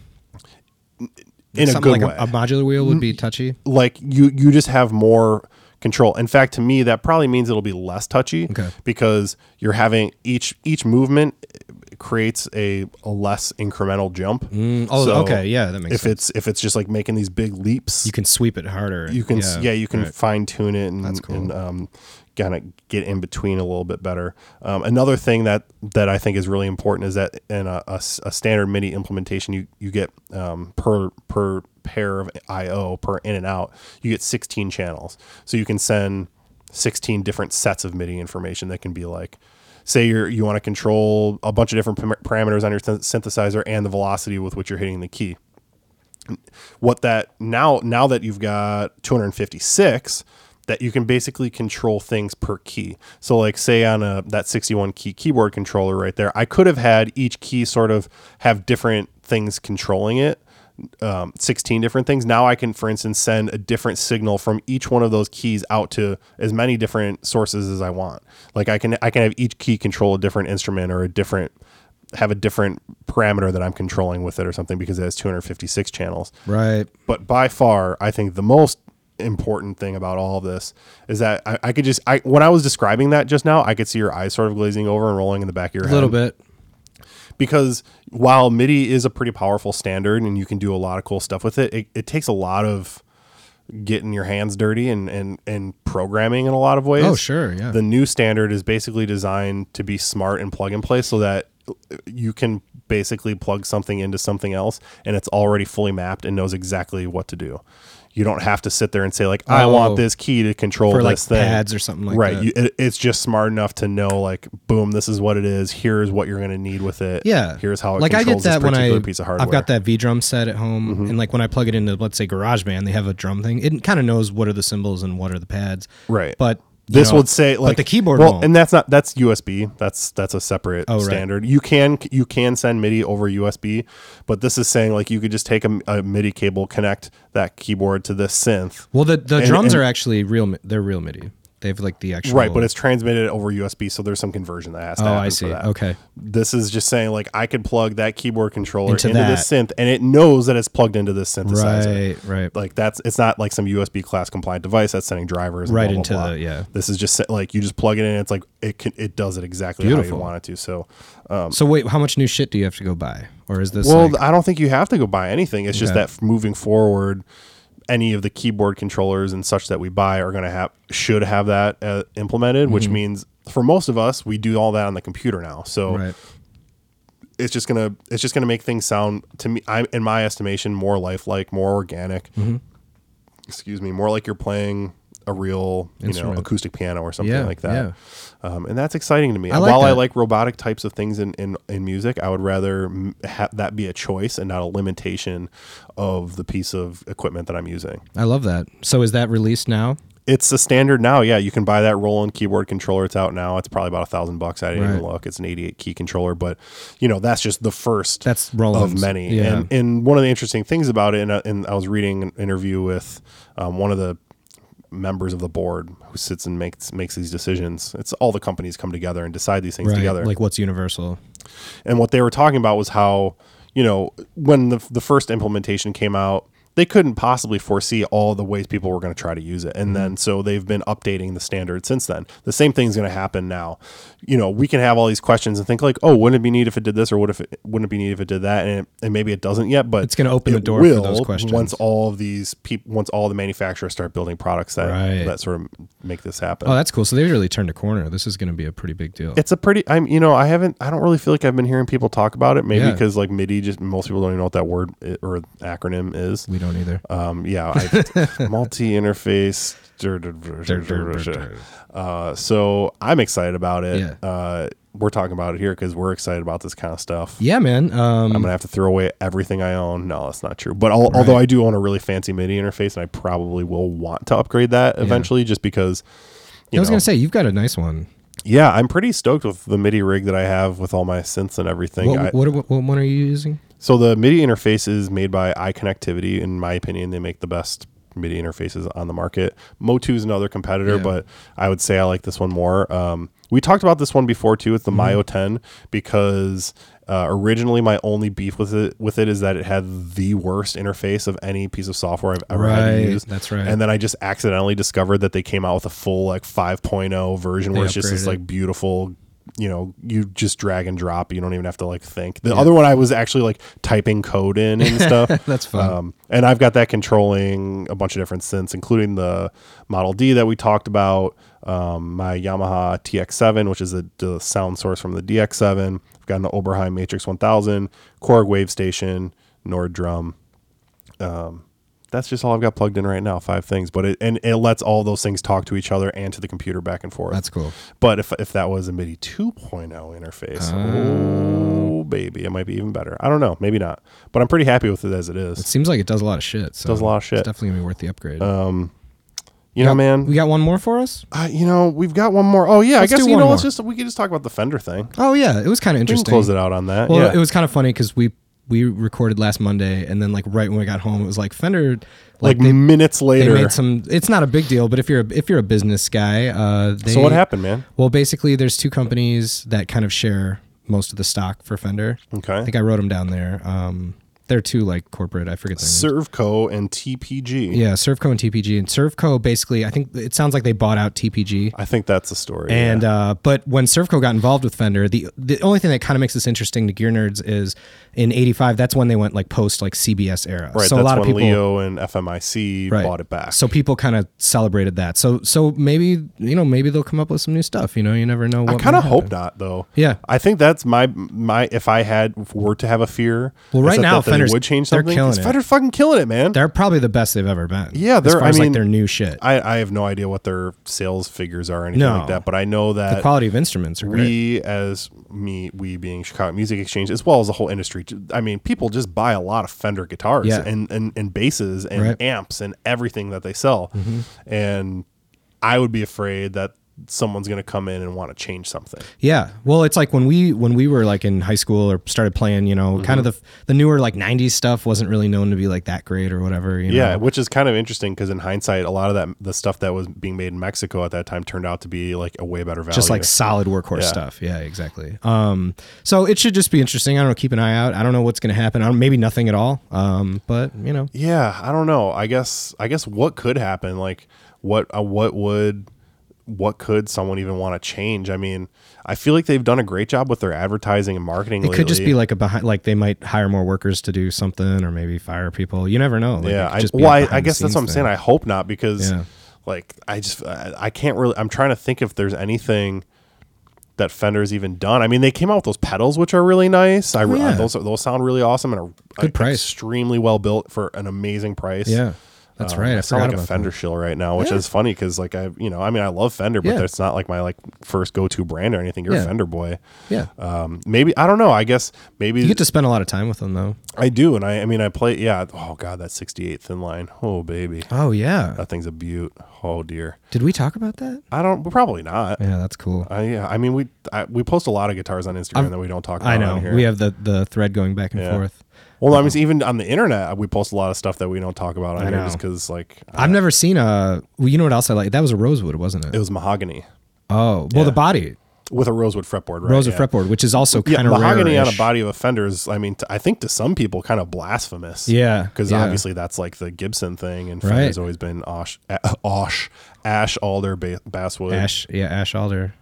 Speaker 1: in a
Speaker 2: Something
Speaker 1: good
Speaker 2: like
Speaker 1: way. Mm.
Speaker 2: A, a modular wheel would be touchy.
Speaker 1: like you you just have more control. In fact, to me, that probably means it'll be less touchy
Speaker 2: Okay.
Speaker 1: because you're having each each movement creates a, a less incremental jump.
Speaker 2: oh,
Speaker 1: So
Speaker 2: okay, yeah, that makes
Speaker 1: If it's if it's just like making these big leaps,
Speaker 2: You can sweep it harder.
Speaker 1: you can yeah, you can fine tune it and,
Speaker 2: That's cool.
Speaker 1: and um, kind of get in between a little bit better. Um, another thing that that I think is really important is that in a, a s- a standard MIDI implementation, you you get um, per per pair of I/O per in and out, you get 16 channels, so you can send 16 different sets of MIDI information that can be like. Say you're, you want to control a bunch of different pam- parameters on your syn- synthesizer and the velocity with which you're hitting the key what that now now that you've got 256 that you can basically control things per key. So like say on a that 61 key keyboard controller right there, I could have had each key sort of have different things controlling it. Um, 16 different things. Now I can, for instance, send a different signal from each one of those keys out to as many different sources as I want. Like I can, I can have each key control a different instrument or a different, have a different parameter that I'm controlling with it or something because it has 256 channels.
Speaker 2: right.
Speaker 1: But by far, I think the most important thing about all of this is that I, I could just I when I was describing that just now, I could see your eyes sort of glazing over and rolling in the back of your
Speaker 2: A
Speaker 1: head.
Speaker 2: little bit.
Speaker 1: Because while MIDI is a pretty powerful standard and you can do a lot of cool stuff with it, it, it takes a lot of getting your hands dirty and, and and programming in a lot of ways.
Speaker 2: Oh, sure, yeah.
Speaker 1: The new standard is basically designed to be smart and plug and play so that you can basically plug something into something else and it's already fully mapped and knows exactly what to do. You don't have to sit there and say like I
Speaker 2: Oh.
Speaker 1: want this key to control
Speaker 2: For, like,
Speaker 1: this thing
Speaker 2: pads or something like
Speaker 1: right.
Speaker 2: that.
Speaker 1: You, it, it's just smart enough to know like boom this is what it is. Here's what you're going to need with it.
Speaker 2: Yeah.
Speaker 1: Here's how it
Speaker 2: like I
Speaker 1: controls
Speaker 2: get that
Speaker 1: this
Speaker 2: when
Speaker 1: particular
Speaker 2: I
Speaker 1: piece of hardware. Mm-hmm.
Speaker 2: I've got that V drum set at home, and like when I plug it into let's say GarageBand, they have a drum thing. It kind of knows what are the cymbals and what are the pads.
Speaker 1: Right.
Speaker 2: But you
Speaker 1: this
Speaker 2: know,
Speaker 1: would say like
Speaker 2: but the keyboard
Speaker 1: well
Speaker 2: won't. Oh,
Speaker 1: and that's not that's usb that's that's a separate
Speaker 2: right.
Speaker 1: standard you can you can send midi over usb but this is saying like you could just take a, a midi cable connect that keyboard to this synth
Speaker 2: well, the the
Speaker 1: and-
Speaker 2: drums
Speaker 1: and-
Speaker 2: are actually real. mi- They're real MIDI. They have like the actual
Speaker 1: right but it's transmitted over usb so there's some conversion that has to
Speaker 2: oh
Speaker 1: happen
Speaker 2: I
Speaker 1: for
Speaker 2: see
Speaker 1: that.
Speaker 2: okay
Speaker 1: this is just saying like i could plug that keyboard controller
Speaker 2: Into
Speaker 1: into, this synth and it knows that it's plugged into this synthesizer
Speaker 2: right right
Speaker 1: like that's it's not like some USB class compliant device that's sending drivers and
Speaker 2: Right
Speaker 1: blah, blah,
Speaker 2: into
Speaker 1: blah.
Speaker 2: the- yeah.
Speaker 1: This is just se- like you just plug it in. It's like it can it does it exactly how
Speaker 2: Beautiful.
Speaker 1: you want it to. So
Speaker 2: so wait, how much new shit do you have to go buy, or is this
Speaker 1: um well,
Speaker 2: like,
Speaker 1: I don't think you have to go buy anything. It's just
Speaker 2: Okay.
Speaker 1: that f- moving forward, any of the keyboard controllers and such that we buy are going to have should have that uh, implemented,
Speaker 2: Mm-hmm.
Speaker 1: which means for most of us we do all that on the computer now. So
Speaker 2: right?
Speaker 1: it's just gonna it's just gonna make things sound to me I'm in my estimation more lifelike, more organic.
Speaker 2: Mm-hmm.
Speaker 1: Excuse me, more like you're playing a real you know
Speaker 2: Instrument.
Speaker 1: acoustic piano or something
Speaker 2: Yeah,
Speaker 1: like that. Um, and that's exciting to me.
Speaker 2: I like
Speaker 1: While I
Speaker 2: that.
Speaker 1: like robotic types of things in in, in music, I would rather m- have that be a choice and not a limitation of the piece of equipment that I'm using.
Speaker 2: I love that. So is that released now?
Speaker 1: It's a standard now. Yeah, you can buy that Roland keyboard controller. It's out now. It's probably about a thousand bucks. I didn't
Speaker 2: Right.
Speaker 1: even look. It's an 88 key controller, but you know that's just the first
Speaker 2: That's Roland's.
Speaker 1: of many.
Speaker 2: Yeah.
Speaker 1: And and one of the interesting things about it, and, I- and I was reading an interview with um, one of the members of the board who sits and makes makes these decisions. It's all the companies come together and decide these things
Speaker 2: right.
Speaker 1: together.
Speaker 2: Like what's universal?
Speaker 1: And what they were talking about was how, you know, when the, the first implementation came out, they couldn't possibly foresee all the ways people were going to try to use it. And
Speaker 2: Mm-hmm.
Speaker 1: then, so they've been updating the standard since then. The same thing's going to happen now. You know, we can have all these questions and think like, oh, wouldn't it be neat if it did this or what if it wouldn't it be neat if it did that? And, it, and maybe it doesn't yet, but
Speaker 2: It's gonna open the
Speaker 1: it
Speaker 2: door for
Speaker 1: will
Speaker 2: those questions.
Speaker 1: Once all of these people, once all the manufacturers start building products that,
Speaker 2: Right.
Speaker 1: that sort of make this happen
Speaker 2: Oh, that's cool. So they really turned a corner. This is going to be a pretty big deal.
Speaker 1: it's a pretty i'm you know i haven't i don't really feel like i've been hearing people talk about it maybe
Speaker 2: Yeah.
Speaker 1: because like midi just most people don't even know what that word i- or acronym is
Speaker 2: we don't either.
Speaker 1: um yeah I, multi-interface uh so i'm excited about it
Speaker 2: Yeah.
Speaker 1: uh we're talking about it here because we're excited about this kind of stuff.
Speaker 2: Yeah, man. Um,
Speaker 1: I'm gonna have to throw away everything I own. No, that's not true. But al- although I do own a really fancy MIDI interface, and I probably will want to upgrade that eventually, just because. You
Speaker 2: I was
Speaker 1: know,
Speaker 2: gonna say you've got a nice one.
Speaker 1: yeah, I'm pretty stoked with the MIDI rig that I have with all my synths and everything. I-
Speaker 2: What, what, what, what one are you using?
Speaker 1: so the MIDI interface is made by iConnectivity. In my opinion, they make the best MIDI interfaces on the market. Motu is another competitor,
Speaker 2: Yeah.
Speaker 1: but I would say I like this one more. Um, we talked about this one before too with the
Speaker 2: Mm-hmm.
Speaker 1: Mayo 10 because uh, originally my only beef with it with it is that it had the worst interface of any piece of software I've ever had to
Speaker 2: Right,
Speaker 1: use.
Speaker 2: that's right.
Speaker 1: And then I just accidentally discovered that they came out with a full like 5.0 version where it's just this
Speaker 2: upgraded.
Speaker 1: like beautiful you know you just drag and drop you don't even have to like think the other one i was actually like typing code in and stuff
Speaker 2: That's fun.
Speaker 1: um, and i've got that controlling a bunch of different synths including the model d that we talked about um, my yamaha tx7 which is the, the sound source from the dx7 i've got an oberheim matrix 1000 korg wave station nord drum that's just all i've got plugged in right now five things but it and it lets all those things talk to each other and to the computer back and forth
Speaker 2: That's cool.
Speaker 1: but if, if that was a MIDI 2.0 interface,
Speaker 2: Ah.
Speaker 1: oh baby, it might be even better. I don't know, maybe not. But I'm pretty happy with it as it is.
Speaker 2: Seems like it does a lot of shit. So
Speaker 1: Does a lot of shit. Uh,
Speaker 2: It's definitely gonna be worth the upgrade.
Speaker 1: you know,
Speaker 2: we
Speaker 1: man.
Speaker 2: got one more for us.
Speaker 1: Uh, you know, we've got one more. Oh yeah,
Speaker 2: Let's
Speaker 1: I guess
Speaker 2: do
Speaker 1: you
Speaker 2: one
Speaker 1: know, let's
Speaker 2: more.
Speaker 1: just we could just talk about the Fender thing.
Speaker 2: Oh yeah, it was kind of
Speaker 1: We can
Speaker 2: interesting.
Speaker 1: close it out on that.
Speaker 2: Well,
Speaker 1: yeah.
Speaker 2: it was kind of funny because we we recorded last Monday, and then like right when we got home, it was like Fender, like,
Speaker 1: like
Speaker 2: they,
Speaker 1: minutes
Speaker 2: they
Speaker 1: later.
Speaker 2: made some. It's not a big deal, but if you're a, if you're a business guy, uh, they,
Speaker 1: so what happened, man?
Speaker 2: Well, basically, there's two companies that kind of share most of the stock for Fender.
Speaker 1: Okay.
Speaker 2: I think I wrote them down there. Um, they're two like corporate. I forget their names.
Speaker 1: Servco and TPG.
Speaker 2: Yeah, Servco and TPG. And Servco basically, I think it sounds like they bought out TPG.
Speaker 1: I think that's the story.
Speaker 2: And
Speaker 1: yeah.
Speaker 2: uh, but when Servco got involved with Fender, the the only thing that kind of makes this interesting to gear nerds is in '85. That's when they went like post like CBS era.
Speaker 1: right,
Speaker 2: so
Speaker 1: that's
Speaker 2: a lot of
Speaker 1: when
Speaker 2: people
Speaker 1: Leo and FMIC
Speaker 2: right.
Speaker 1: bought it back.
Speaker 2: So people kind of celebrated that. So so maybe you know maybe they'll come up with some new stuff. You know, you never know. What
Speaker 1: I kind of
Speaker 2: might
Speaker 1: hope
Speaker 2: happen.
Speaker 1: not, though.
Speaker 2: Yeah.
Speaker 1: I think that's my my. If I had if were to have a fear,
Speaker 2: Well,
Speaker 1: is
Speaker 2: right
Speaker 1: that-
Speaker 2: now,
Speaker 1: that they
Speaker 2: Fender's-
Speaker 1: would change
Speaker 2: they're
Speaker 1: something.
Speaker 2: killing
Speaker 1: 'Cause
Speaker 2: it.
Speaker 1: Fender's fucking killing it, man.
Speaker 2: They're probably the best they've ever been.
Speaker 1: Yeah,
Speaker 2: as
Speaker 1: they're-
Speaker 2: far
Speaker 1: I
Speaker 2: as like
Speaker 1: mean,
Speaker 2: their new shit.
Speaker 1: I I have no idea what their sales figures are or anything
Speaker 2: No.
Speaker 1: like that, but I know
Speaker 2: the
Speaker 1: that
Speaker 2: quality of instruments are great.
Speaker 1: we as me we being Chicago Music Exchange as well as the whole industry. j- I mean, people just buy a lot of Fender guitars
Speaker 2: Yeah.
Speaker 1: and, and and basses and
Speaker 2: Right. Mm-hmm.
Speaker 1: amps and everything that they sell, and I would be afraid that someone's going to come in and want to change something.
Speaker 2: Yeah. Well, it's like when we when we were like in high school or started playing, you know,
Speaker 1: Mm-hmm.
Speaker 2: kind of the the newer like 90s stuff wasn't really known to be like that great or whatever, you
Speaker 1: Yeah,
Speaker 2: know.
Speaker 1: which is kind of interesting because in hindsight, a lot of that the stuff that was being made in Mexico at that time turned out to be like a way better value.
Speaker 2: Just like solid workhorse
Speaker 1: Yeah.
Speaker 2: stuff. Yeah, exactly. Um so it should just be interesting. I don't know, keep an eye out. I don't know what's going to happen. I don't, maybe nothing at all. Um but, you know,
Speaker 1: yeah, I don't know. I guess I guess what could happen? Like what uh, what would what could someone even want to change? I mean, I feel like they've done a great job with their advertising and marketing.
Speaker 2: it could just
Speaker 1: lately.
Speaker 2: be like a behind like they might hire more workers to do something or maybe fire people. You never know. Like,
Speaker 1: yeah.
Speaker 2: it could
Speaker 1: I,
Speaker 2: just be a
Speaker 1: well, I, I
Speaker 2: behind the
Speaker 1: guess that's what I'm
Speaker 2: scenes
Speaker 1: saying.
Speaker 2: thing.
Speaker 1: I hope not because
Speaker 2: Yeah.
Speaker 1: like I just I, I can't really. I'm trying to think if there's anything. That Fender's even done. I mean, they came out with those pedals, which are really nice. I re-
Speaker 2: Oh,
Speaker 1: uh,
Speaker 2: yeah.
Speaker 1: those are- those sound really awesome and are
Speaker 2: Good price.
Speaker 1: extremely well built for an amazing price.
Speaker 2: yeah. That's
Speaker 1: Um,
Speaker 2: right. I,
Speaker 1: I sound
Speaker 2: forgot
Speaker 1: like a
Speaker 2: about
Speaker 1: Fender shill right now, which
Speaker 2: Yeah.
Speaker 1: is funny because like I, you know, I mean, I love Fender, but
Speaker 2: Yeah.
Speaker 1: that's not like my like first go to brand or anything. You're
Speaker 2: Yeah.
Speaker 1: a Fender boy.
Speaker 2: that. Yeah.
Speaker 1: Um, maybe I don't know. I guess maybe
Speaker 2: You get to spend a lot of time with them though.
Speaker 1: I do, and I, I mean, I play. Yeah. Oh God, that 68 thin line. Oh baby,
Speaker 2: Oh yeah.
Speaker 1: that thing's a beaut. Oh dear.
Speaker 2: Did we talk about that?
Speaker 1: I don't. well, Probably not.
Speaker 2: Yeah, that's cool.
Speaker 1: I, yeah. I mean, we I, we post a lot of guitars on Instagram that we don't talk about.
Speaker 2: I
Speaker 1: on
Speaker 2: know.
Speaker 1: here.
Speaker 2: We have the the thread going back and
Speaker 1: Yeah.
Speaker 2: forth.
Speaker 1: Well, I mean, even on the internet, we post a lot of stuff that we don't talk about on here
Speaker 2: know.
Speaker 1: just because like
Speaker 2: I've never seen a. Well, you know what else I like? That was a rosewood, wasn't it?
Speaker 1: it was mahogany
Speaker 2: oh, well, the body
Speaker 1: with a rosewood fretboard. Right.
Speaker 2: rosewood
Speaker 1: yeah.
Speaker 2: fretboard, which is also
Speaker 1: yeah,
Speaker 2: kind of
Speaker 1: mahogany on a body of offenders. I mean, t- I think to some people, kind of blasphemous.
Speaker 2: Yeah,
Speaker 1: because
Speaker 2: yeah.
Speaker 1: obviously that's like the Gibson thing, and
Speaker 2: Right.
Speaker 1: Fender's always been Osh, a- Osh, Ash Alder ba- Basswood.
Speaker 2: Ash, yeah, Ash Alder.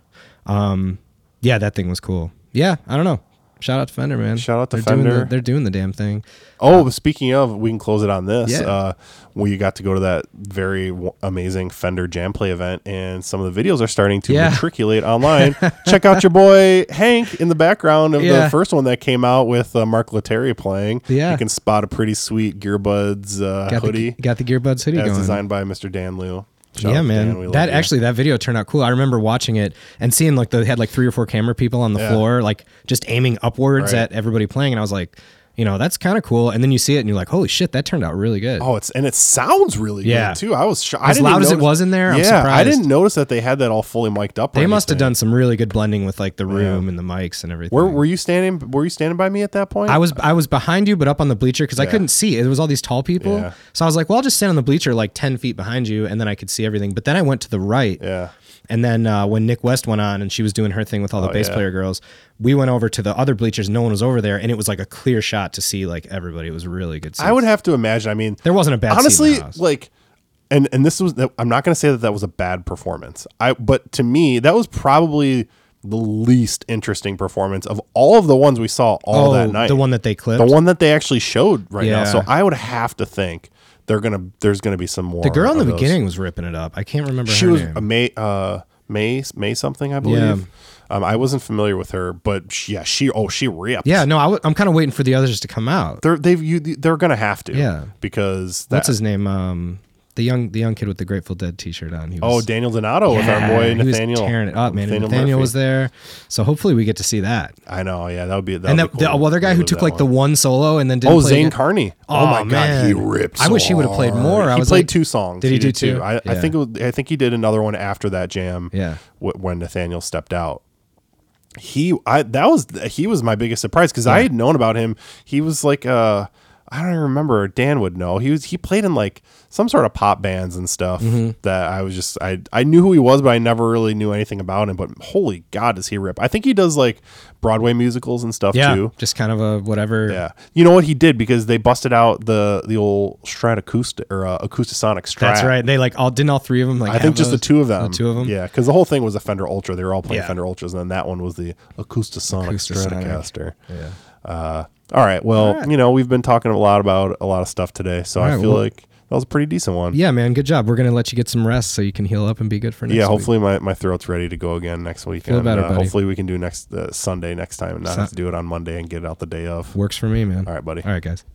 Speaker 2: Um, yeah, that thing was cool. Yeah, I don't know. Shout out to Fender, man.
Speaker 1: Shout out to
Speaker 2: they're Doing
Speaker 1: Fender.
Speaker 2: the, they're doing the damn thing.
Speaker 1: Oh, speaking of, we can close it on this.
Speaker 2: Yeah.
Speaker 1: Uh, we got to go to that very w- amazing Fender Jam Play event, and some of the videos are starting to
Speaker 2: Yeah.
Speaker 1: matriculate online. Check out your boy Hank in the background of
Speaker 2: Yeah.
Speaker 1: the first one that came out with uh, Mark Letary playing.
Speaker 2: Yeah.
Speaker 1: you can spot a pretty sweet Gearbuds uh,
Speaker 2: Got
Speaker 1: hoodie.
Speaker 2: the got the Gearbuds hoodie
Speaker 1: as
Speaker 2: going.
Speaker 1: designed by Mr. Dan Liu. Shout
Speaker 2: yeah,
Speaker 1: out to
Speaker 2: man.
Speaker 1: Dan, we love
Speaker 2: that
Speaker 1: you.
Speaker 2: actually that video turned out cool. I remember watching it and seeing like they had like three or four camera people on the
Speaker 1: Yeah.
Speaker 2: floor, like just aiming upwards
Speaker 1: Right.
Speaker 2: at everybody playing, and I was like, you know, that's kind of cool. And then you see it and you're like, holy shit, that turned out really good.
Speaker 1: Oh, it's and it sounds really
Speaker 2: Yeah.
Speaker 1: good too. I was shocked.
Speaker 2: As loud as it was in there, I'm
Speaker 1: yeah, I
Speaker 2: surprised.
Speaker 1: didn't notice that they had that all fully mic'd up. or
Speaker 2: they must have
Speaker 1: anything.
Speaker 2: done some really good blending with like the room and the mics and everything.
Speaker 1: Were, were you standing? Were you standing by me at that point?
Speaker 2: I was I was behind you, but up on the bleacher because I couldn't see. It was all these tall people,
Speaker 1: Yeah.
Speaker 2: so I was like, "Well, I'll just stand on the bleacher like ten feet behind you, and then I could see everything." But then I went to the right,
Speaker 1: Yeah.
Speaker 2: And then uh, when Nick West went on and she was doing her thing with all the bass
Speaker 1: Oh, yeah.
Speaker 2: player girls, we went over to the other bleachers. No one was over there, and it was like a clear shot to see like everybody. It was really good.
Speaker 1: I would have to imagine. I mean,
Speaker 2: There wasn't a bad seat in the
Speaker 1: honestly
Speaker 2: house.
Speaker 1: like, and and this was. I'm not going to say that that was a bad performance. I but to me that was probably the least interesting performance of all of the ones we saw all
Speaker 2: oh,
Speaker 1: that night.
Speaker 2: the one that they clipped.
Speaker 1: the one that they actually showed right now.
Speaker 2: Yeah.
Speaker 1: So I would have to think they're gonna there's gonna be some more.
Speaker 2: the girl in the
Speaker 1: of those.
Speaker 2: beginning was ripping it up. I can't remember
Speaker 1: She
Speaker 2: her
Speaker 1: was
Speaker 2: name.
Speaker 1: a May uh May May something I believe. Um, I wasn't familiar with her, but she, yeah, she oh she ripped.
Speaker 2: yeah, no, I w- I'm kind of waiting for the others to come out.
Speaker 1: they're they've you they're gonna have to.
Speaker 2: Yeah.
Speaker 1: because
Speaker 2: What's
Speaker 1: that's
Speaker 2: his name? Um, the young the young kid with the Grateful Dead T-shirt on. He
Speaker 1: oh
Speaker 2: was,
Speaker 1: Daniel Donato with
Speaker 2: Yeah,
Speaker 1: our boy
Speaker 2: he was
Speaker 1: Nathaniel
Speaker 2: tearing it up, man. And Nathaniel, was
Speaker 1: Murphy.
Speaker 2: there, so hopefully we get to see that.
Speaker 1: I know, yeah, that would be that.
Speaker 2: And
Speaker 1: would
Speaker 2: that,
Speaker 1: be
Speaker 2: the
Speaker 1: cool.
Speaker 2: well, the guy
Speaker 1: I
Speaker 2: who
Speaker 1: love
Speaker 2: took
Speaker 1: that
Speaker 2: like the
Speaker 1: one.
Speaker 2: one solo and then didn't
Speaker 1: Oh,
Speaker 2: play
Speaker 1: Zane
Speaker 2: again.
Speaker 1: Carney. Oh, my god, he
Speaker 2: man.
Speaker 1: rips.
Speaker 2: I wish he would have played more. I
Speaker 1: he
Speaker 2: was
Speaker 1: played
Speaker 2: like,
Speaker 1: two songs.
Speaker 2: Did he do two?
Speaker 1: I, I
Speaker 2: Yeah.
Speaker 1: think it was, I think he did another one after that jam.
Speaker 2: Yeah.
Speaker 1: wh- when Nathaniel stepped out, he I that was he was my biggest surprise because I had known about him. He was like uh I don't even remember. Dan would know. He was he played in like some sort of pop bands and stuff
Speaker 2: Mm-hmm.
Speaker 1: that I was just I I knew who he was, but I never really knew anything about him. But holy god, does he rip! I think he does like Broadway musicals and stuff
Speaker 2: yeah,
Speaker 1: too.
Speaker 2: just kind of a whatever.
Speaker 1: Yeah, you know what he did because they busted out the the old Strat acoustic or uh, acoustisonic Strat.
Speaker 2: That's right. They like all didn't all three of them. Like
Speaker 1: I think
Speaker 2: have
Speaker 1: just the
Speaker 2: those?
Speaker 1: two of them.
Speaker 2: two of 'em?
Speaker 1: Yeah, because the whole thing was a Fender Ultra. They were all playing
Speaker 2: Yeah.
Speaker 1: Fender Ultras, and then that one was the acoustisonic
Speaker 2: Acoustasonic.
Speaker 1: Stratocaster.
Speaker 2: Yeah.
Speaker 1: Uh, all right. Well,
Speaker 2: right.
Speaker 1: you know we've been talking a lot about a lot of stuff today, so I
Speaker 2: right,
Speaker 1: feel
Speaker 2: well-
Speaker 1: like that was a pretty decent one.
Speaker 2: Yeah, man. Good job. We're gonna let you get some rest so you can heal up and be good for next.
Speaker 1: Yeah,
Speaker 2: week.
Speaker 1: hopefully my, my throat's ready to go again next week.
Speaker 2: better,
Speaker 1: uh,
Speaker 2: buddy.
Speaker 1: hopefully we can do next uh, Sunday next time and not have to do it on Monday and get it out the day of.
Speaker 2: works for me, man.
Speaker 1: All right, buddy.
Speaker 2: All right, guys.